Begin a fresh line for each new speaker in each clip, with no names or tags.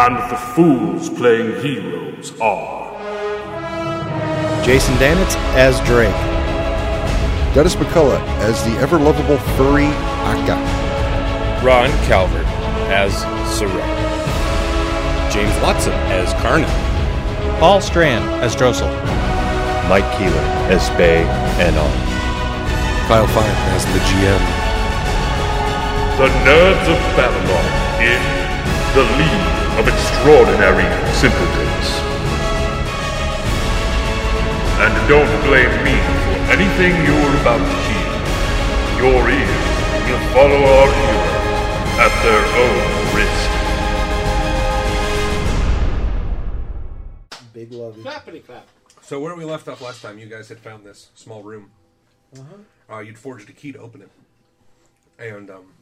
And the fools playing heroes are
Jason Danitz as Drake.
Dennis McCullough as the ever lovable furry Akka.
Ron Calvert as Sorrel. James Watson as Karna.
Paul Strand as Drossel.
Mike Keeler as Bay and on.
Kyle Fire as the GM.
the Nerds of Babylon in The League of Extraordinary Simpletons. And don't blame me for anything you're about to hear. Your ears will follow our heroes at their own risk.
Big love.
Clappity clap.
So where we left off last time, you guys had found this small room. uh you'd forged a key to open it, and um,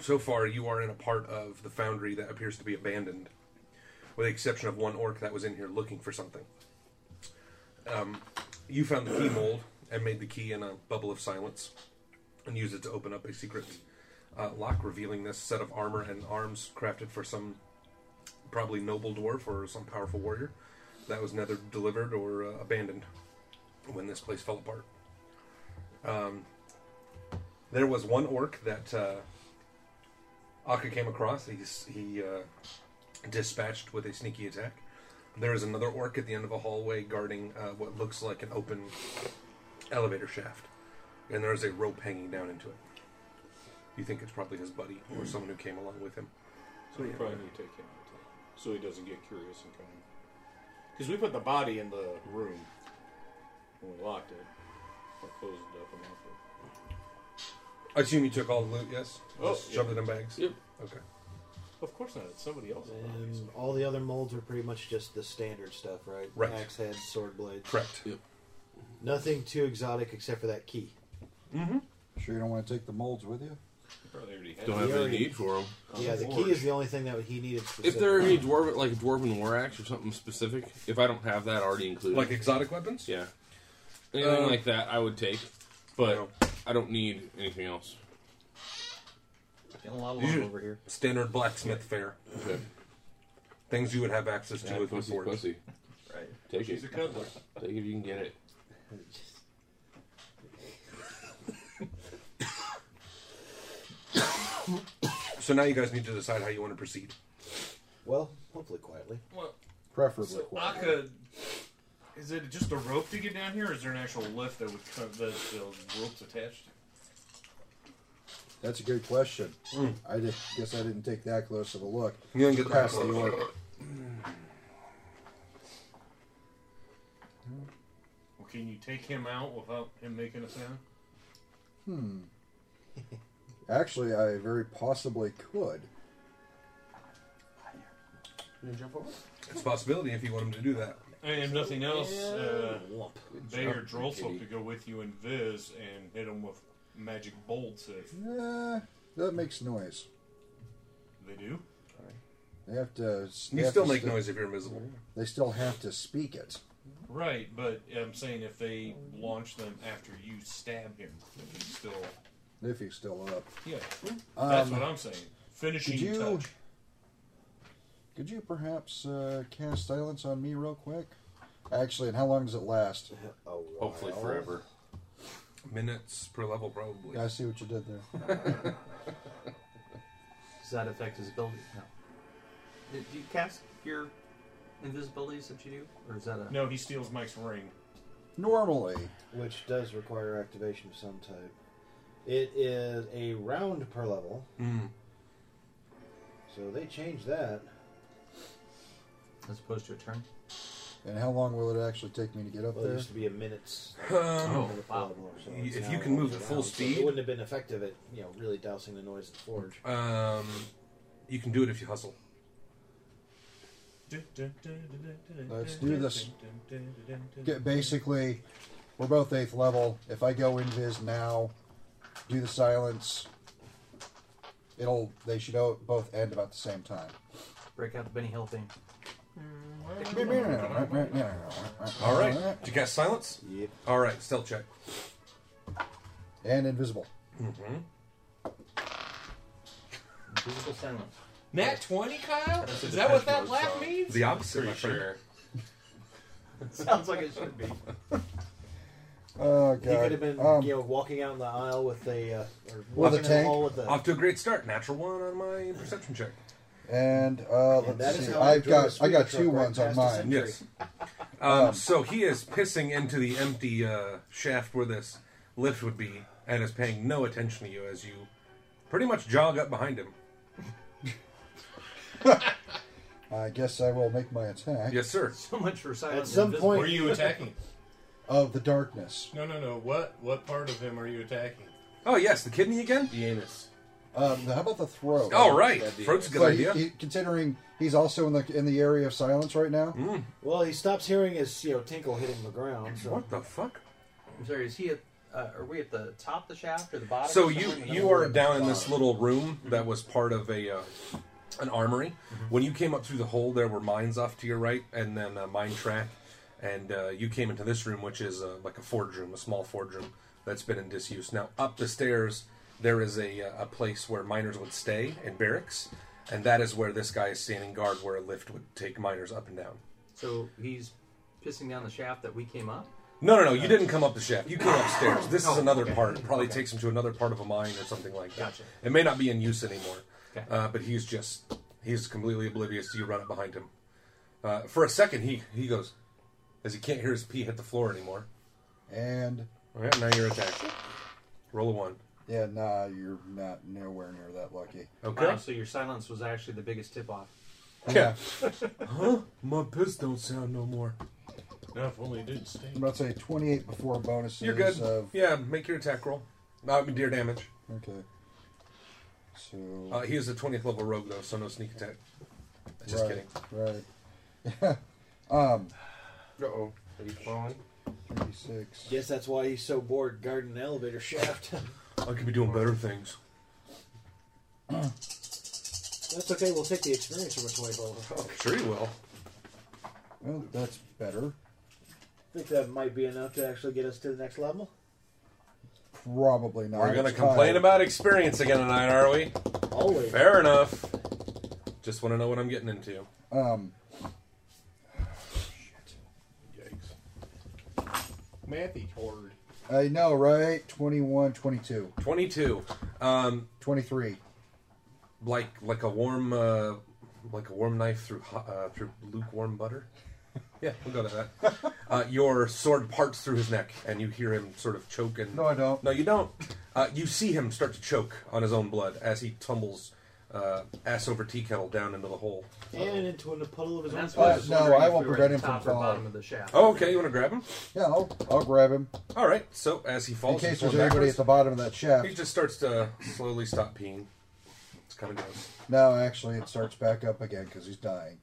so far you are in a part of the foundry that appears to be abandoned, with the exception of one orc that was in here looking for something. Um, you found the key mold and made the key in a bubble of silence, and used it to open up a secret uh, lock, revealing this set of armor and arms crafted for some probably noble dwarf or some powerful warrior that was neither delivered or uh, abandoned when this place fell apart. Um, there was one orc that uh, Akka came across. He, s- he uh, dispatched with a sneaky attack. There is another orc at the end of a hallway guarding uh, what looks like an open elevator shaft, and there is a rope hanging down into it. You think it's probably his buddy or someone who came along with him.
So we probably need to take him out too, so he doesn't get curious and come. Because we put the body in the room when we locked it or closed it up and locked it.
I assume you took all the loot, yes?
Oh,
Just shoved
yeah.
it in bags?
Yep.
Okay.
Of course not. It's somebody else's
Um,
body.
And Um, all the other molds are pretty much just the standard stuff, right?
Right.
Axe heads, sword blades.
Correct.
Nothing too exotic except for that key.
Sure you don't want to take the molds with you?
Probably already had
Don't
it.
have
Yeah.
any need for them.
yeah, the key is the only thing that he needed.
If there are any dwarven, like a dwarven war axe or something specific, if I don't have that already included,
Like exotic weapons?
yeah, anything
Um,
like that I would take, but
No.
I don't need anything else.
Getting a lot of
You
love
should-
over here.
Standard blacksmith fare.
Okay.
Things you would have access to
Yeah,
with
pussy,
Forge.
pussy.
Right.
Take
She's
it.
a cuddler.
Take it if you can get it.
So now you guys need to decide how you want to proceed.
Well, hopefully quietly.
Preferably.
So
quiet.
Akka, is it just a rope to get down here, or is there an actual lift that would come, that the rope's attached?
That's a good question. I di- guess I didn't take that close of a look.
You didn't get that
past the
close.
orc.
Well, can you take him out without him making a sound?
Actually, I very possibly could.
It's a possibility if you want him to do that.
And if nothing else, uh, Bay or Drossel could go with you in Viz and hit him with magic bolts if
Eh, that makes noise.
they do.
They have to. s-
You
they have
still
to
make
sti-
noise if you're invisible.
They still have to speak it.
Right, but I'm saying if they launch them after you stab him, then he's still.
If he's still up.
Yeah, that's
Um,
what I'm saying. Finishing
could you-
touch.
Could you perhaps uh, cast silence on me real quick? Actually, and how long does it last?
Oh,
Hopefully forever.
Minutes per level, probably.
I see what you did there.
Does that affect his ability? No. Do do you cast your invisibilities that you do, or is that a
No, he steals Mike's ring.
Normally,
Which does require activation of some type. It is a round per level.
Hmm.
So they changed that.
as opposed to a turn?
and how long will it actually take me to get up
Well, it
there?
used to be a minute's.
Um,
minute per level, so
Y-
it's
if
an
you
hour
can move
long
at full
now, so
speed-
it wouldn't have been effective at you know really dousing the noise of the forge.
um, you can do it if you hustle.
Let's do this. Get, basically, we're both eighth level. If I go invis now, do the silence, it'll they should o- both end about the same time.
Break out the Benny Hill theme.
All right. Did you cast silence?
Yep.
All right. Stealth check.
And invisible.
Mm-hmm.
Physical silence.
Nat 20, Kyle?
That's a
Is that what that
Depeche Mode
laugh
song.
means?
The opposite, my friend.
Sounds like it should be.
Oh
He could have
god.
been,
Um,
you know, walking out in the aisle with a, uh, or
With a
walking in the
tank?
hall with a.
Off to a great start. Natural one on my perception check.
And uh,
And that
let's
is
see.
how I
I've
drove a
got I
speeder
got
truck
two
right
ones on
past the
mine.
center.
Yes. Um, so he is pissing into the empty uh, shaft where this lift would be, and is paying no attention to you as you pretty much jog up behind him.
I guess I will make my attack
Yes, sir.
So much for silence.
At some
and
point-
invisible.
Were
Were you attacking?
of the darkness.
No, no, no. What what part of him are you attacking?
Oh yes, the kidney again.
The anus.
Um, how about the throat?
All right,
That'd be
throat's a good
But he-
idea.
he- considering he's also in the in the area of silence right now.
Well, he stops hearing his, you know, tinkle hitting the ground. So.
What the fuck?
I'm sorry, is he at, uh, are we at the top of the shaft or the bottom?
So
or
you
something?
you are down in this little room that was part of a uh, an armory.
Mm-hmm.
When you came up through the hole, there were mines off to your right, and then a mine track. And uh, you came into this room, which is uh, like a forge room, a small forge room that's been in disuse. Now up the stairs, there is a uh, a place where miners would stay in barracks, and that is where this guy is standing guard, where a lift would take miners up and down.
So he's pissing down the shaft that we came up?
No, no, no! You didn't come up the shaft. You came
Ah.
upstairs. This
Oh,
is another part. It probably takes him to another part of a mine or something like that.
Gotcha.
It may not be in use anymore.
Okay.
Uh, but he's just he's completely oblivious to you running behind him. Uh, for a second, he he goes as he can't hear his pee hit the floor anymore.
And
All right, now you're attacked. Roll a one.
yeah, nah, you're not nowhere near that lucky.
Okay.
Wow, so your silence was actually the biggest tip off.
Yeah. huh? My piss don't sound no more.
No, if only it didn't
I'm
stink.
about to say 28 before bonuses.
You're good.
uh,
Of,
Yeah, make your attack roll. Uh, deer damage.
Okay. So
Uh, he is a 20th level rogue though, so no sneak attack. Just
right,
kidding.
Right. Yeah. um.
Uh oh. Are you falling?
36.
Guess that's why he's so bored guarding the elevator shaft.
I could be doing better things.
that's okay. We'll take the experience from a 24 roll.
Sure you will.
Well, that's better.
I think that might be enough to actually get us to the next level.
Probably not.
We're going to
It's
complain
fine.
about experience again tonight, are we?
Always.
Fair enough. Just want to know what I'm getting into.
Um.
Yikes. Mathy horde.
I know, right? 21, 22,
22. Um,
23.
like like a warm uh, like a warm knife through hot, uh, through lukewarm butter. Yeah, we'll go to that. Uh, your sword parts through his neck, and you hear him sort of choke. And
No, I don't.
No, you don't. Uh, you see him start to choke on his own blood as he tumbles uh, ass over tea kettle down into the hole.
And into a puddle of his
And
own.
that's why I
Uh,
was
no,
wondering
I
if
won't
we were
prevent
at
him
the
from
top or
falling.
bottom of the shaft.
Oh, okay. You want to grab him?
Yeah, I'll, I'll grab him.
All right. So as he
In
falls,
case
he's
there's
going
anybody at
backwards.
the bottom of that
He
shaft.
just starts to slowly stop peeing. It's kind of gross.
No, actually, it starts back up again because he's dying.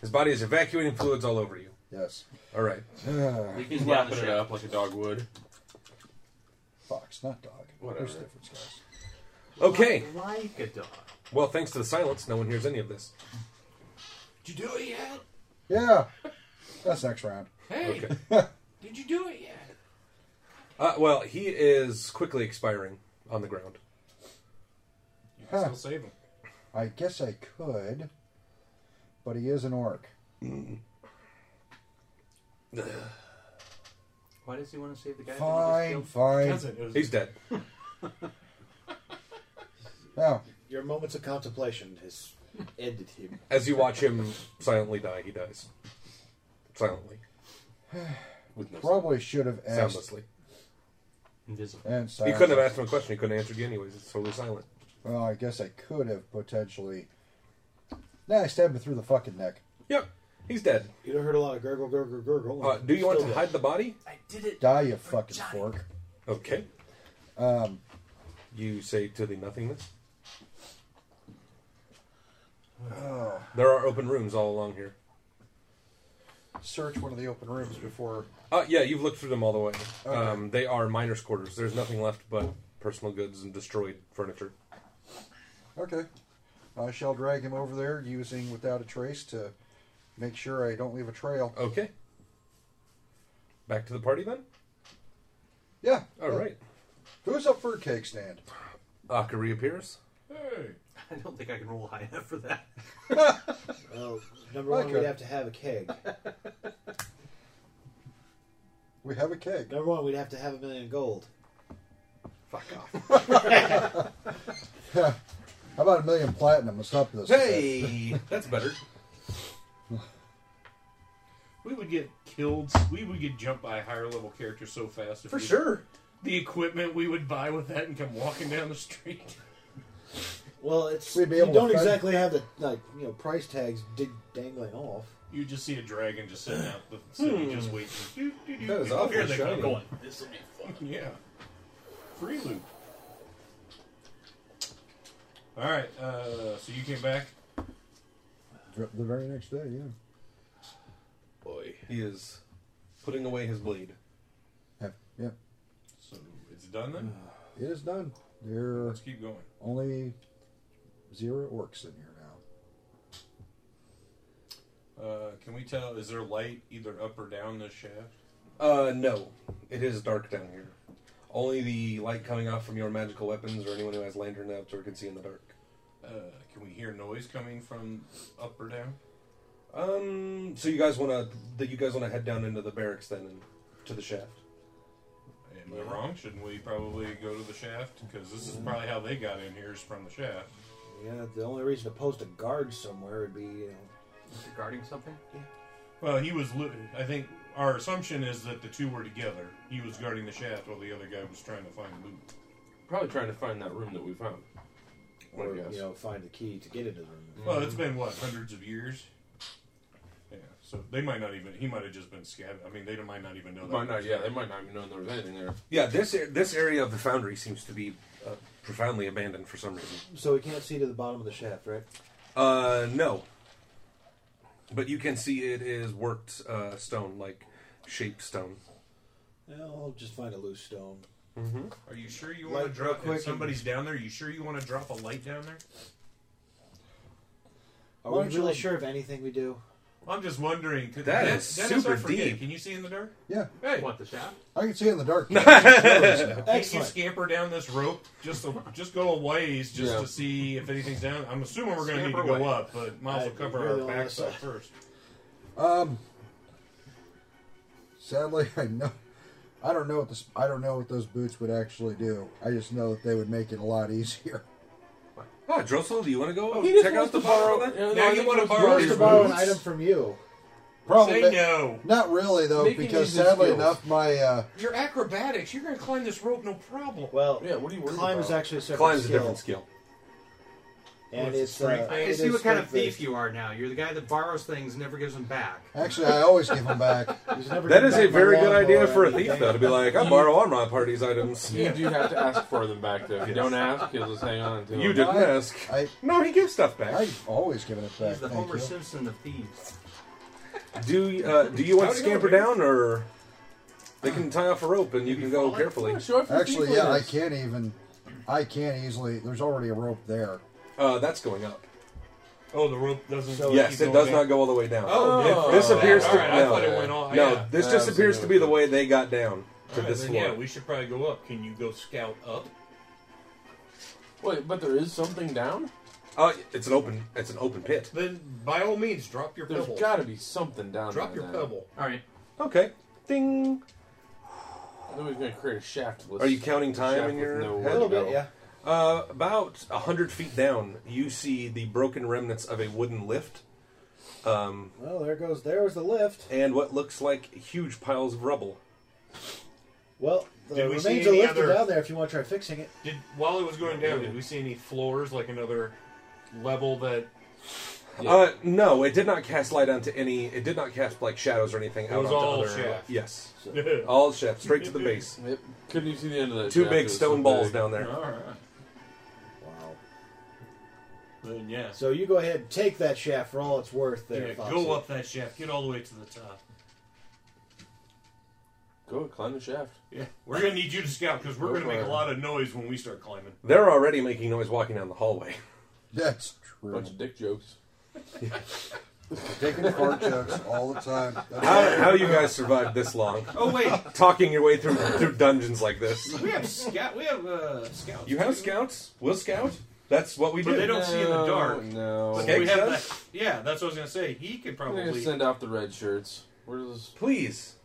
His body is evacuating fluids all over you.
Yes.
All right.
Uh,
He's
down the
lapping it
shaft.
up like a dog would.
fox, not dog. There's a
Whatever.
difference, guys.
Okay.
Like a dog.
Well, thanks to the silence, no one hears any of this.
Did you do it yet?
Yeah. That's next round.
Hey,
Okay.
did you do it yet?
Uh, well, he is quickly expiring on the ground.
You can
Huh.
still save him.
I guess I could, but he is an orc.
Why does he want to save the guy? that we
Fine,
just
fine.
Doesn't. It was,
He's dead.
No,
Your moments of contemplation has ended him.
As you watch him silently die, he dies. Silently. With no
probably should have
sound.
asked.
Soundlessly.
Invisible.
And
You couldn't have asked him a question. He couldn't have answered you anyways. It's totally silent.
Well, I guess I could have potentially. Nah, I stabbed him through the fucking neck.
Yep. He's dead.
You'd have heard a lot of gurgle, gurgle, gurgle.
Uh, do you want to
Still
hide the body?
I did it.
Die, you fucking fork.
Okay.
Um,
You say to the nothingness.
Oh.
There are open rooms all along here.
Search one of the open rooms before.
Uh, yeah, you've looked through them all the way.
Okay.
Um, they are miners' quarters. There's nothing left but personal goods and destroyed furniture.
Okay. I shall drag him over there using without a trace to make sure I don't leave a trail.
Okay. Back to the party then?
Yeah.
All right.
Who's up for a cake stand?
Akka reappears.
Hey.
I don't think I can roll high enough for that.
Oh, number one,
Micah.
we'd have to have a keg.
We have a keg.
Number one, we'd have to have a million gold.
Fuck
off.
How about a million platinum? Let's up this.
Hey!
That's better.
We would get killed. We would get jumped by higher level characters so fast. If
For
we-
sure.
The equipment we would buy with that and come walking down the street.
Well, it's
We'd be
you
able to
don't
find-
exactly have the like you know price tags dig- dangling off.
You just see a dragon just sitting out the city,
Hmm.
just waiting. Doo, doo, doo,
That is
doo.
awfully
Here they
shiny.
go, going. This will be fun. Yeah. Free loop. All right. Uh, so you came back.
The very next day, yeah.
Boy. He is putting away his blade.
Yeah. yeah.
So it's done then.
Uh.
It is done. There are
Let's keep going.
only zero orcs in here now.
Uh, can we tell? Is there light either up or down this shaft?
Uh, no. It is dark down here. Only the light coming off from your magical weapons or anyone who has lantern avatar can see in the dark.
Uh, can we hear noise coming from up or down?
Um, so you guys want to that you guys want to head down into the barracks then and to the shaft.
Am I wrong? Shouldn't we probably go to the shaft? Because this is probably how they got in here is from the shaft.
Yeah, the only reason to post a guard somewhere would be you know
guarding something.
Yeah.
Well, he was. Lo- I think our assumption is that the two were together. He was guarding the shaft while the other guy was trying to find loot.
Probably trying to find that room that we found.
or
guess.
you know find the key to get into the room.
Well, it's been what hundreds of years. Yeah, so they might not even. He might have just been scavenged. I mean, they might not even know. That
Might not, yeah, they might not even know there was anything there.
Yeah, this ar- this area of the foundry seems to be uh, profoundly abandoned for some reason.
So we can't see to the bottom of the shaft, right?
Uh, no. But you can see it is worked uh, stone, like shaped stone.
Well, I'll just find a loose stone.
Mm-hmm.
Are you sure you
Light
want to
real
drop?
quick
If
and-
somebody's down there, you sure you want to drop a light down there?
Why
Are we
don't you
really
look-
sure of anything we do?
I'm just wondering. Could
That
Dennis-
is
Dennis, I
super
forget,
deep.
Can you see in the dark?
Yeah,
Hey,
What the shaft?
I can see it in the dark.
Can you
Excellent.
scamper down this rope? Just a, just go a ways, just
Yeah.
to see if anything's down. I'm assuming we're going to need to
Scamper
go
away.
up, but might as well
I
cover
really
our
wanna
backside
say-
first.
um, sadly, I know. I don't know what this. I don't know what those boots would actually do. I just know that they would make it a lot easier.
Ah, Drossel, do you want to go
Oh, He just
check out
wants
the
to borrow-
bar?
Yeah, no,
Now
I
you
think
wanna
those
borrow
were
Are
Supposed
his
to borrow an
boots-
item from you.
Oh,
Say no.
Not really though,
Making
because
these his
sadly
skills.
enough, my uh,
You're acrobatics. You're going to climb this rope, no problem.
Well,
Yeah, what are you worried
climb
about?
is actually a separate
Climb's a
skill,
different skill.
and
Well, it's
it's.
strength
Uh,
I
it
see
is
what kind of
strength-based.
thief you are now. You're the guy that borrows things, and never gives them back.
actually, I always give them back.
He's never
That
given
is a
back my
very good
lawnmower
idea for
or
a thief,
anything.
though, to be like, I borrow all my party's items.
You do have to ask for them back, though. If you don't ask, you'll just hang on to them.
You didn't ask.
I
No, he gives stuff back.
I always give it back.
He's the
thank
Homer
you.
Simpson of thieves.
Do uh, do you want to
How'd it go,
scamper
baby?
down, or they can tie off a rope and you can go carefully?
Yeah, show off your
Actually,
thief
yeah, I
wares.
can't even. I can't easily. There's already a rope there.
Uh, that's going up.
Oh, the rope doesn't.
So-
Yes,
keep
it does
going
not go all the way down.
Oh,
Oh.
this appears to
all right, I
no,
thought it went all.
no,
yeah.
this
That
just
was
appears to be the
another
way they got down to
All right,
this
then,
floor.
yeah, we should probably go up. Can you go scout up?
Wait, but there is something down?
uh, it's an open it's an open pit.
Then, by all means, drop your
There's
pebble.
got to be something down
drop
there.
your
now.
pebble.
All right.
Okay, ding.
Nobody's going to create a shaft. with-
Are you counting
a
time
shaft
in
with
your
no
head?
A little bit,
window.
yeah.
Uh, about a hundred feet down, you see the broken remnants of a wooden lift, um,
Well, there goes. There was the lift.
and what looks like huge piles of rubble.
Well, the
Did we
remains
see
are
any
lifted
other-
down there if you want to try fixing it.
Did while it was going down, did we see any floors like another level that
Yeah.
Uh, no, it did not cast light onto any. It did not cast like shadows or anything.
It was
out onto
all
other,
shaft.
Yes,
All
all shaft, straight to the base.
Yep. Couldn't you see the end of that?
Two
shaft? It
big
was
stone
so
balls
big.
down there.
right.
Wow.
Then yeah.
So you go ahead and take that shaft for all it's worth there,
yeah,
Foxy.
go up that shaft. Get all the way to the top.
Go climb the shaft.
Yeah, we're gonna need you to scout because we're
Go
gonna
for
make
it.
a lot of noise when we start climbing.
They're already making noise walking down the hallway.
That's
true. Bunch of dick jokes.
Taking fart jokes all the time. That's
How,
all-
how you guys survived this long?
Oh, wait.
talking your way through through dungeons like this.
We have scout. We have uh, scouts.
You have scouts? We'll scout. That's what we
But
do.
they don't see in the dark.
No.
But
Skeg
we have
says?
that. Yeah, that's what I was gonna say. He could
We're gonna
probably.
send out the red shirts. Where's
Please.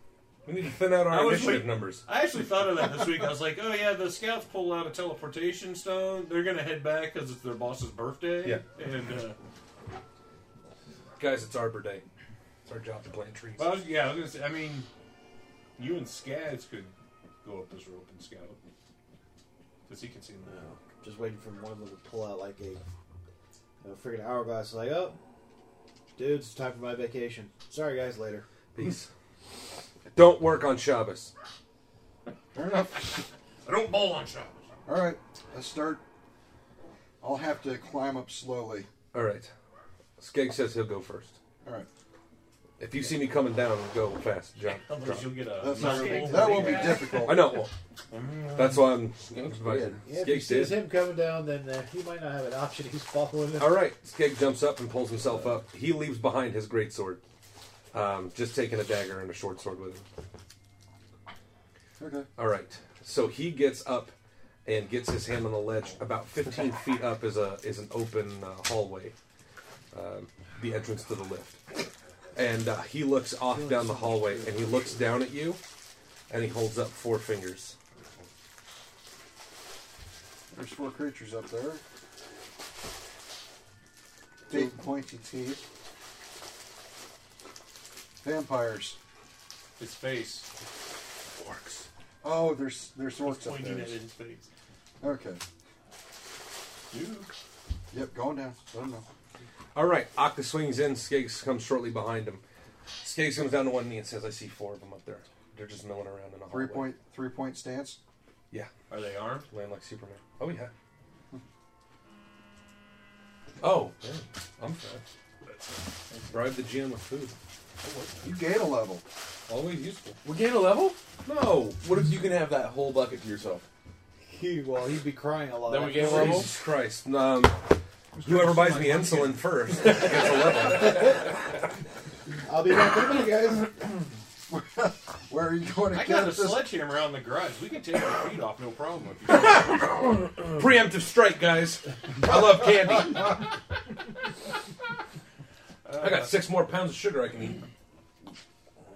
We need to thin out our
I was
initiative
wait-
numbers.
I actually thought of that this week. I was like, oh yeah, the scouts pull out a teleportation stone. They're gonna head back because it's their boss's birthday.
Yeah.
And uh,
Guys, it's Arbor Day. It's our job to plant trees.
but I was, yeah, I was gonna say. I mean, you and Scads could go up this rope and scout because he can see them.
Oh, Just waiting for one of them to pull out like a, a freaking hourglass. Like, oh, dudes, it's time for my vacation. Sorry, guys, later.
Peace. Don't work on Shabbos.
Fair enough.
I don't bowl on shot.
All right, let's start. I'll have to climb up slowly.
All right. Skeg says he'll go first.
All right.
If you see me coming down, go fast. Jump.
Otherwise
drop.
you'll get a
That's not
muscle.
gonna be- that won't be difficult.
I know it won't. That's why I'm. advising.
Yeah, if he
Skeg
sees
did.
him coming down, then uh, he might not have an option. He's following him.
All right. Skeg jumps up and pulls himself up. He leaves behind his greatsword. Um, just taking a dagger and a short sword with him.
Okay.
All right. So he gets up and gets his hand on the ledge. About 15 feet up is a is an open uh, hallway, um, the entrance to the lift. And uh, he looks off down the hallway and he looks down at you, and he holds up four fingers.
There's four creatures up there. Big pointy teeth. Vampires.
His face.
Orcs.
Oh, there's there's orcs up
Pointing
there.
at his face.
Okay. Yep, going down. I don't know.
All right. Akka swings in. Skiggs comes shortly behind him. Skiggs comes down to one knee and says, "I see four of them up there. They're just milling around in a hallway."
Three point three point stance.
Yeah.
Are they armed?
Land like Superman. Oh yeah. Oh, yeah. I'm fed. Bribe the GM with food.
You gain a level.
Always useful.
We gain a level? No. What if you can have that whole bucket to yourself?
He, well, he'd be crying a lot.
Then we
after
get
this.
one more?
Jesus Christ. Um, whoever buys me insulin first gets a level.
I'll be right back, guys.
Where are you going to
I
get
got a
this?
sledgehammer out in the garage. We can take our feet off, no problem. If you
Preemptive strike, guys. I love candy. I got six more pounds of sugar I can eat.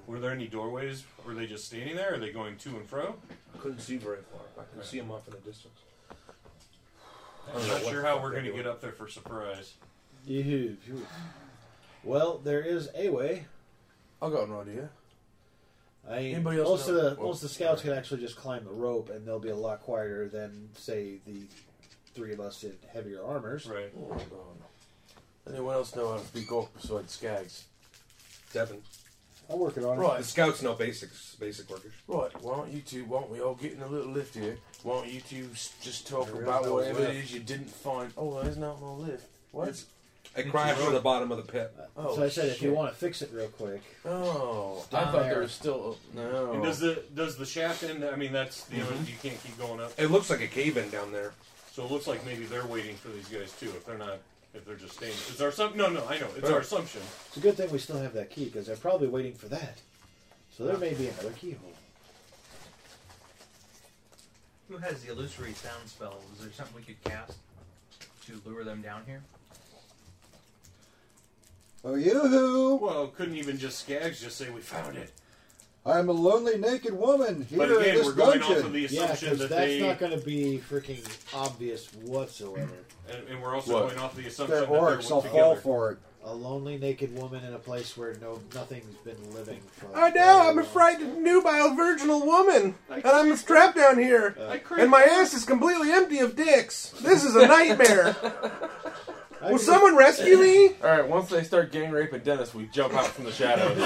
Were there any doorways? Were they just standing there? Are they going to and fro?
Couldn't see very far. I can see them off in the distance.
I'm not sure how we're going to get up there for surprise.
You- you- Well, there is a way.
I got no idea.
I mean,
Anybody
most
else know?
of the
Well,
most of the scouts can actually just climb the rope, and they'll be a lot quieter than say the three of us in heavier armors.
Right.
Anyone else know how to speak orc besides Skags?
Devin.
I'm working on
Right.
The scouts know basics, basic workers.
Right, why don't you two, why don't we all get in a little lift here? Why don't you two s- just talk
There is
about
no
whatever it
lift.
is you didn't find? Oh, there's not my lift. What?
It's- I crashed to the bottom of the pit.
oh,
so I said, if you
shit.
want to fix it real quick,
Oh, I
down
thought there
there.
was still a, no.
And does the does the shaft end? I mean, that's the other you can't keep going up.
It looks like a cave in down there.
So it looks like maybe they're waiting for these guys too. If they're not, if they're just standing, it's our assumption. No, no, I know it's our assumption.
it's a good thing we still have that key because they're probably waiting for that. So there may be another keyhole.
Who has the illusory sound spell? Is there something we could cast to lure them down here?
Oh, yoo-hoo!
Well, couldn't even just Skags just say we found it?
I'm a lonely naked woman here
But
in
again,
this
we're going
dungeon.
off of the
Yeah,
assumption
because
that
that's
they
not going to be freaking obvious whatsoever.
and, and we're also
What?
going off the assumption
They're
that they're
orcs. I'll
together.
fall for it.
A lonely naked woman in a place where no nothing's been living. For
I know. I'm a
very long.
frightened, nubile, virginal woman, and I'm strapped down here, and my ass is completely empty of dicks. This is a nightmare. Will someone rescue me?
All right, once they start gang raping Dennis, we jump out from the shadows.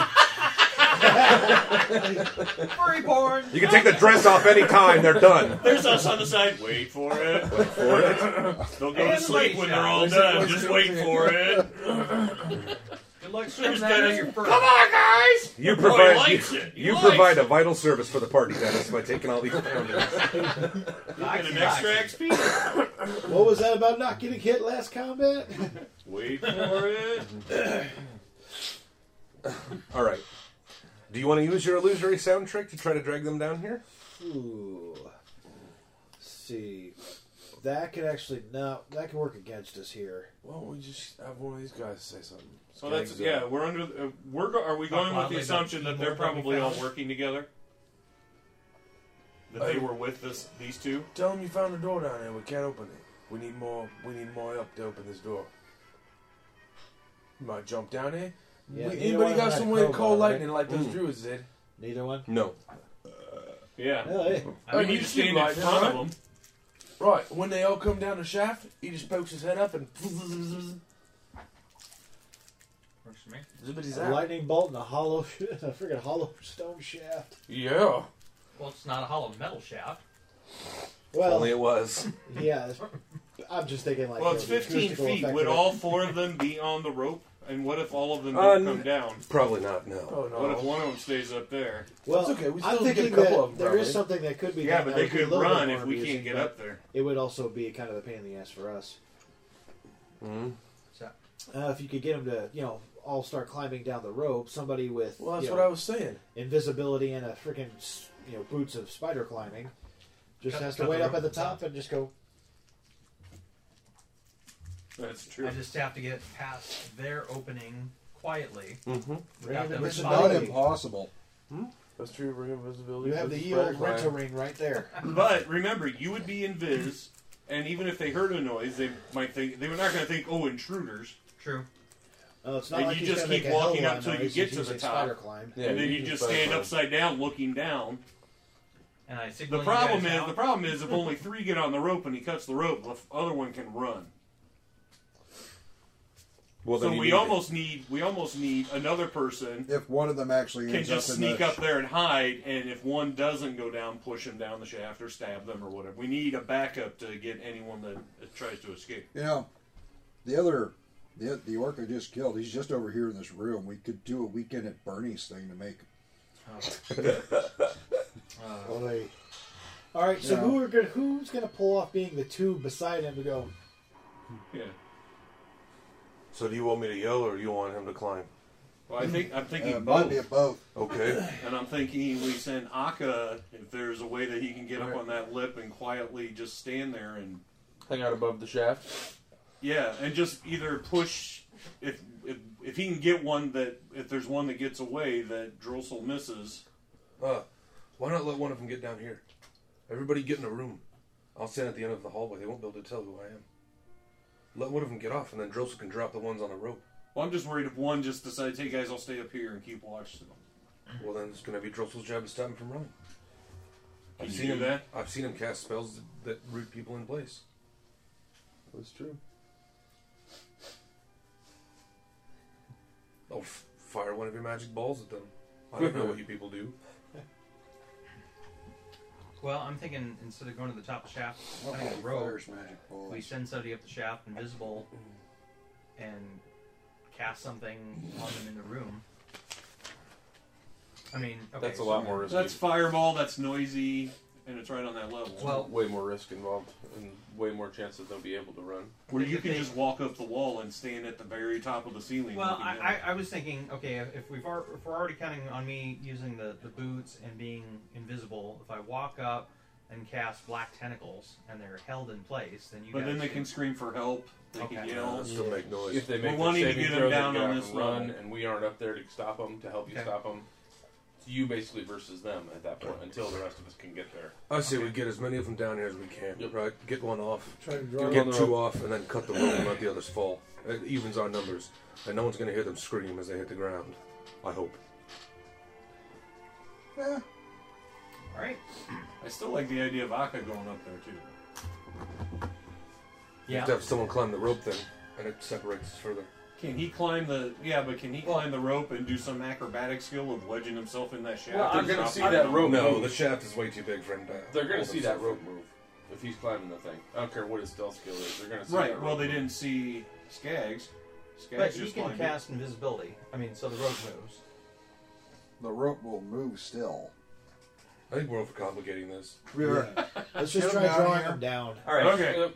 Furry porn.
You can take the dress off any time. They're done.
There's us on the side. Wait for it. Wait
for it.
Don't go to sleep when they're all done. Just wait for it.
Good luck
There's
swimming that in
Dennis.
your fur.
Come on, guys.
You
The boy
provide
likes
you,
it. He
you
likes
provide
it.
a vital service for the party, Dennis, by taking all these pounders.
You get an extra XP.
What was that about not getting hit last combat?
Wait for it.
all right. Do you want to use your illusory sound trick to try to drag them down here?
Ooh. see. That could actually no. That could work against us here.
Well, we just have one of these guys say something.
So that's yeah. We're under. the- Uh, we're go- are we going with the assumption that they're probably all working together? That they were with this these two.
Tell them you found a door down there. We can't open it. We need more. We need more help to open this door. You might jump down there.
Yeah,
We-
neither
anybody
one
got
had
some
a
way to
crowbar,
call
right?
lightning like those
Mm.
druids did?
Neither one.
No.
Yeah.
Oh, hey.
I mean, you
just
stand
keep
in
lightning,
front of
right?
'em.
Right. When they all come down the shaft, he just pokes his head up and.
Works for me.
Zibbity's
A
out.
lightning bolt and a hollow, a freaking hollow stone shaft.
Oh,
Yeah.
Well, it's not a hollow metal shaft.
Well,
Only it was.
yeah. I'm just thinking like.
Well, it's
the
15
acoustical
feet.
effect
Would
of it.
all four of them be on the rope? And what if all of them
Uh,
don't come down?
Probably not. No.
Oh, no.
What if one of them stays up there?
Well,
That's okay, we
I'm
still get a
thinking
couple
that
of them,
there
probably.
is something that could be.
Yeah, but
done that
they
would be
could
a little bit
run
more
if we
abusing,
can't get
but
up there.
It would also be kind of a pain in the ass for us.
Hmm?
Mm.
Uh, if you could get them to, you know, all start climbing down the rope, somebody with
Well, that's
you know,
what I was saying.
invisibility and a freaking, you know, boots of spider climbing, just
Cut-
has to
cut the
wait up
rope
at the
at the top.
top and just go.
That's true.
I just have to get past their opening quietly.
Mm-hmm.
Mhm.
Without them
Which is
spotting
not
me.
impossible.
That's true. Ring of invisibility.
You have the
versus
ye olde
spider climb.
rental ring right there.
But remember, you would be invis, and even if they heard a noise, they might think they were not going to think, "Oh, intruders."
True.
Oh, it's not
And
like
you
he's
just
gonna
keep
make a hell of
walking
a
up
lot
till
of
you
noise.
get
He's
to the
using
top,
Spider climb.
Yeah,
and then
you
you,
can
just
spider
stand
climb.
upside down, looking down.
And I signal
The
you
problem
guys
is,
out.
the problem is, if only three get on the rope and he cuts the rope, the f- other one can run.
Well, then
so
you
we
need-
almost need we almost need another person
If one of them actually
can
ends
just
up in
sneak
the,
up there and hide, and if one doesn't go down, push him down the shaft or stab them or whatever. We need a backup to get anyone that uh, tries to escape.
You know, the other, the the orc I just killed. He's just over here in this room. We could do a weekend at Bernie's thing to make.
Oy. All right, so
Yeah.
who are good? Who's gonna pull off being the two beside him to go?
Yeah.
So do you want me to yell or do you want him to climb?
Well, I think I'm thinking
Uh, might
both,
be a boat.
Okay.
and I'm thinking we send Akka if there's a way that he can get up on that lip and quietly just stand there and
Hang out above the shaft.
yeah, and just either push if if, if he can get one that if there's one that gets away that Drossel misses.
Uh, why not let one of them get down here? Everybody get in a room. I'll stand at the end of the hallway. They won't be able to tell who I am. Let one of them get off, and then Drossel can drop the ones on the rope.
Well, I'm just worried if one just decides, hey guys, I'll stay up here and keep watch.
Well, then it's going to be Drossel's job to stop him from running.
Can
I've
you
seen
do
him.
that?
I've seen him cast spells that- that root people in place.
That's true.
I'll Oh, f- fire one of your magic balls at them. I don't know what you people do.
Well, I'm thinking instead of going to the top of the shaft,
Oh,
cutting the rope,
fires magic
we
balls.
send somebody up the shaft, invisible, and cast something on them in the room. I mean, okay,
That's a lot
so-
more risky.
That's fireball. That's noisy, and it's right on that level.
Well,
way more risk involved and way more chance that they'll be able to run.
where you
if
can
they-
just walk up the wall and stand at the very top of the ceiling.
Well,
looking down.
I, I, I was thinking, okay, if if we've ar- if we're already counting on me using the, the boots and being invisible, if I walk up and cast black tentacles and they're held in place, then you.
But
guys
then they can scream for help. They can
Okay.
yell.
Still make noise.
If they
We're
make the
wanting to
saving
get 'em
throw,
down
down
on
on
this
run,
level.
and we aren't up there to stop them to help you
Okay.
stop them. It's you basically versus them at that point until the rest of us can get there.
I say we get as many of them down here as we can. Right, get one off,
Try to draw.
get
on the
two off, and then cut the rope and let the others fall. It evens our numbers, and no one's going to hear them scream as they hit the ground. I hope.
All right.
I still like the idea of Akka going up there too.
You
Yeah.
have to have someone climb the rope then, and it separates us further.
Can he climb the? Yeah, but can he climb the rope and do some acrobatic skill of wedging himself in that shaft?
Well, I'm
and
gonna
stop
see
him?
that rope.
No,
move.
the shaft is way too big for him to
They're gonna
hold
see that
himself.
rope move if he's climbing the thing. I don't care what his stealth skill is. They're gonna see
Right.
That
Well,
rope
they
move.
didn't see Skaggs. Skaggs
But he
just
can
climbed it.
cast invisibility. I mean, so the rope moves.
The rope will move still.
I think we're overcomplicating this.
We are. Let's just try drawing him down.
All right.
Okay.
Yep.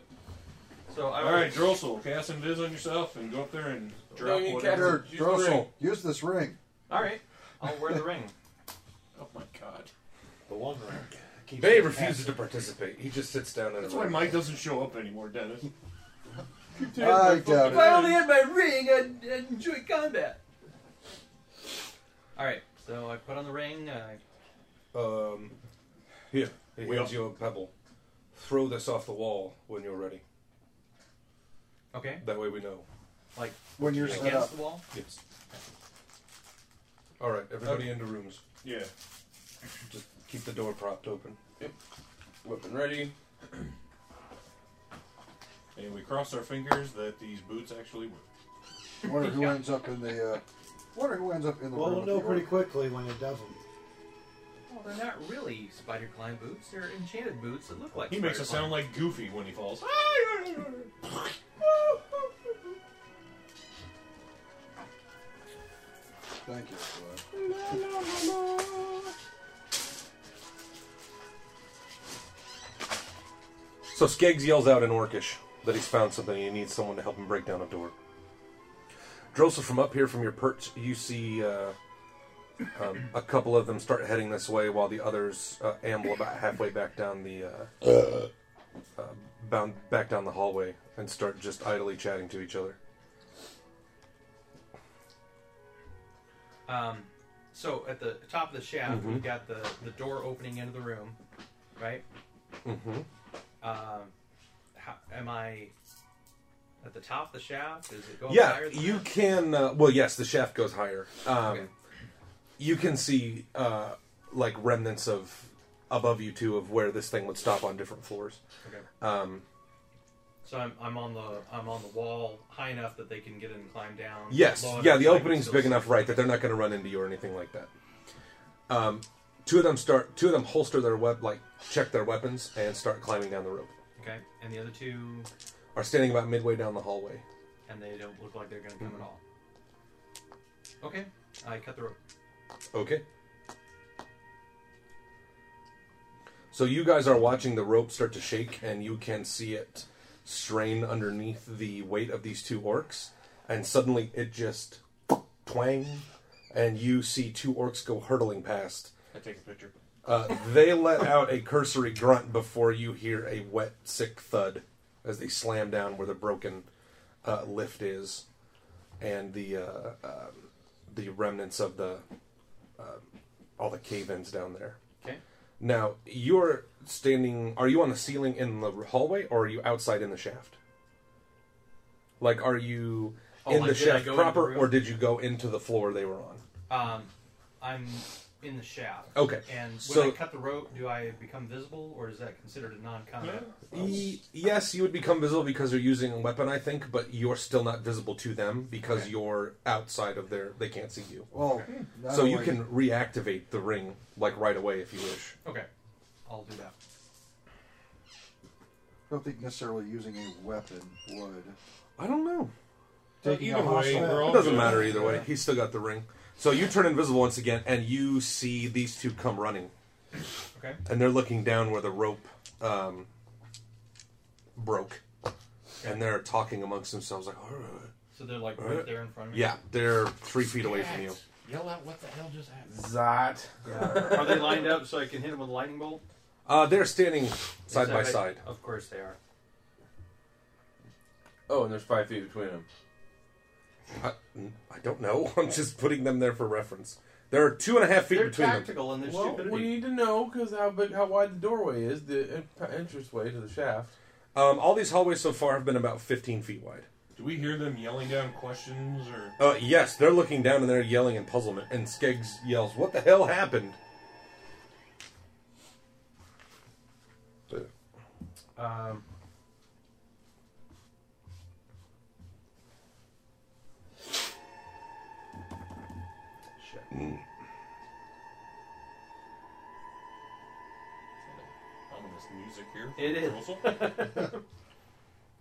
So I
All right, Drossel, cast invis on yourself and go up there and drop
you
whatever.
cast it. Use the Drossel, ring.
use this ring.
All right. I'll wear the ring.
Oh my god.
The one ring.
Bay refuses to participate. He just sits down in
That's
a
why
room.
Mike doesn't show up anymore, Dennis.
I doubt
If I only had my ring, I'd, I'd enjoy combat.
All right. So I put on the ring. uh, I
Um, here, he
We
hands you a pebble. Throw this off the wall when you're ready.
Okay.
That way we know.
Like
When you're
against
set up.
the wall.
Yes. All right, everybody into rooms.
Yeah.
Just keep the door propped open.
Yep. Weapon ready.
And we cross our fingers that these boots actually work.
I wonder who ends up in the. Uh, wonder who ends up in the
Well,
room.
we'll
with
know
the
pretty
orc.
quickly when it does them.
Well, they're not really spider climb boots. They're enchanted boots that look like.
He makes
spider
it sound
climb.
like Goofy when he falls.
Thank you. Floyd.
So Skeggs yells out in Orcish that he's found something and he needs someone to help him break down a door. Drossel, from up here from your perch, you see uh, um, a couple of them start heading this way while the others uh, amble about halfway back down the uh, uh, bound back down the hallway and start just idly chatting to each other.
Um, so at the top of the shaft,
Mhm.
we've got the, the door opening into the room, right?
Mm-hmm.
Um, how, am I at the top of the shaft? Is it going
yeah,
higher? Than
you can. Uh, well, yes, the shaft goes higher. Um, You can see uh, like remnants of above you two of where this thing would stop on different floors.
Okay.
Um,
So I'm, I'm on the I'm on the wall high enough that they can get in and climb down.
yes,
Low enough
yeah, the
that I can
opening's
still
big
see.
enough, right, that they're not going to run into you or anything like that. Um, two of them start. Two of them holster their web, like check their weapons, and start climbing down the rope.
Okay, and the other two,
Are standing about midway down the hallway.
and they don't look like they're going to
Mm-hmm.
come at all. Okay, I cut the rope.
Okay. So you guys are watching the rope start to shake, and you can see it strain underneath the weight of these two orcs, and suddenly it just twang, and you see two orcs go hurtling past.
I take a picture.
Uh, they let out a cursory grunt before you hear a wet, sick thud as they slam down where the broken uh, lift is, and the uh, um the remnants of the um all the cave ins down there.
Okay.
Now you're standing. Are you on the ceiling in the hallway, or are you outside in the shaft? Like, are you
Oh,
in
like,
the
did I
shaft
go into the
proper,
room?
or did you go into the floor they were on?
Um, I'm in the shaft.
Okay,
And when
so-
I cut the rope, do I become visible, or is that considered a non-combat?
E- yes, you would become visible because you're using a weapon, I think, but you're still not visible to them because you're outside of their. They can't see you.
Well, not
so you
only-
can reactivate the ring like right away if you wish.
Okay, I'll do that.
I don't think necessarily using a weapon would.
I don't know.
Taking
Either
a
way,
hostile-
it doesn't matter either way. He's still got the ring. So you turn invisible once again, and you see these two come running.
Okay.
And they're looking down where the rope um, broke, and they're talking amongst themselves like. "Arr."
So they're like right there in front of me.
Yeah, they're three feet away from you.
Yell out! What the hell just happened?
Zot.
Are they lined up so I can hit them with a lightning bolt?
Uh, they're standing
Is
side
that
by
right?
side.
Of course they are.
Oh, and there's five feet between them.
I, I don't know. I'm just putting them there for reference. There are two and a half feet between them.
well, we need to know because how big, how wide the doorway is, the en- entrance way to the shaft.
Um, all these hallways so far have been about 15 feet wide.
Do we hear them yelling down questions or?
Uh, yes, they're looking down and they're yelling in puzzlement. And Skeggs yells, "What the hell happened?"
Um,
Ominous music here.
It is.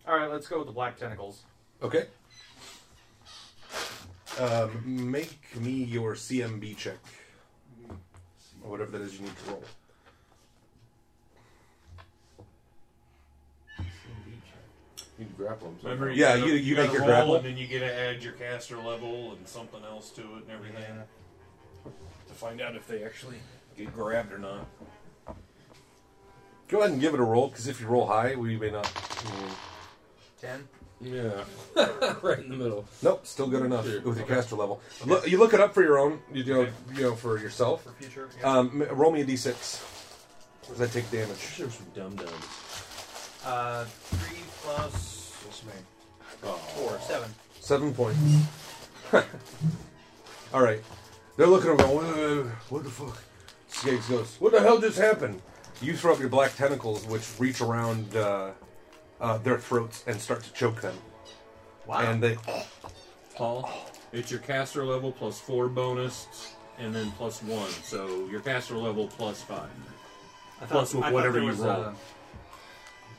All right, let's go with the black tentacles.
Okay. Um, make me your CMB check. Or whatever that is you need to roll.
You can grapple him.
Remember, you
Yeah,
gotta-
you- you make
gotta
your
roll
grapple.
and then you get to add your caster level and something else to it and everything to find out if they actually get grabbed or not.
Go ahead and give it a roll, because if you roll high, we may not.
Ten.
Yeah.
right in the middle.
Nope, still good enough
Sure.
with your
Okay.
caster level. Look, you look it up for your own, you know, you know for yourself.
For future, yeah.
Um, m- roll me a d6. Because I take damage.
There's some dumb dumbs.
Uh, three plus. Four, seven.
Seven points. All right. They're looking around. "Wait, wait, wait, What the fuck? Skeggs goes, What the hell just happened? You throw up your black tentacles, which reach around uh, uh, their throats and start to choke them.
Wow.
And they.
Paul, it's your caster level plus four bonus and then plus one. So your caster level plus five.
I
plus
thought-
with
I thought
whatever
there
you
was,
roll.
uh,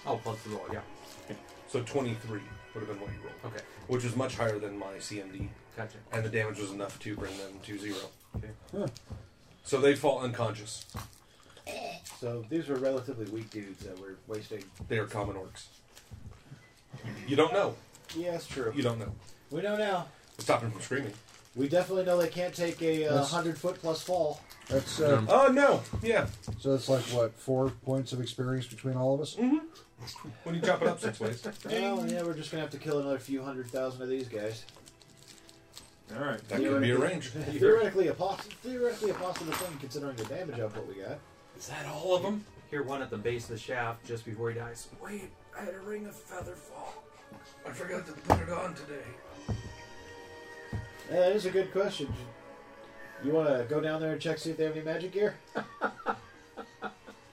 oh, plus the roll, yeah.
So 23 would have been what you rolled. Okay. Which is much higher than my CMD.
Gotcha.
And the damage was enough to bring them to zero.
Okay.
So they fall unconscious.
So these were relatively weak dudes that were wasting.
They are common orcs. You don't know.
Yeah, that's true.
You don't know.
We know now.
Stop them from screaming.
We definitely know they can't take a uh,
That's-
hundred foot plus fall.
That's uh,
Oh no! Yeah.
So that's like what four points of experience between all of us.
Mm-hmm. When you chop it up six ways.
Well, yeah, we're just gonna have to kill another few hundred thousand of these guys.
All right.
That could be arranged.
Theoretically, a poss- theoretically a possible thing, considering the damage output we got.
Is that all of them?
Here, one at the base of the shaft just before he dies. Wait,
I had a ring of feather fall. I forgot to put it on today.
Yeah, that is a good question. You want to go down there and check see if they have any magic gear?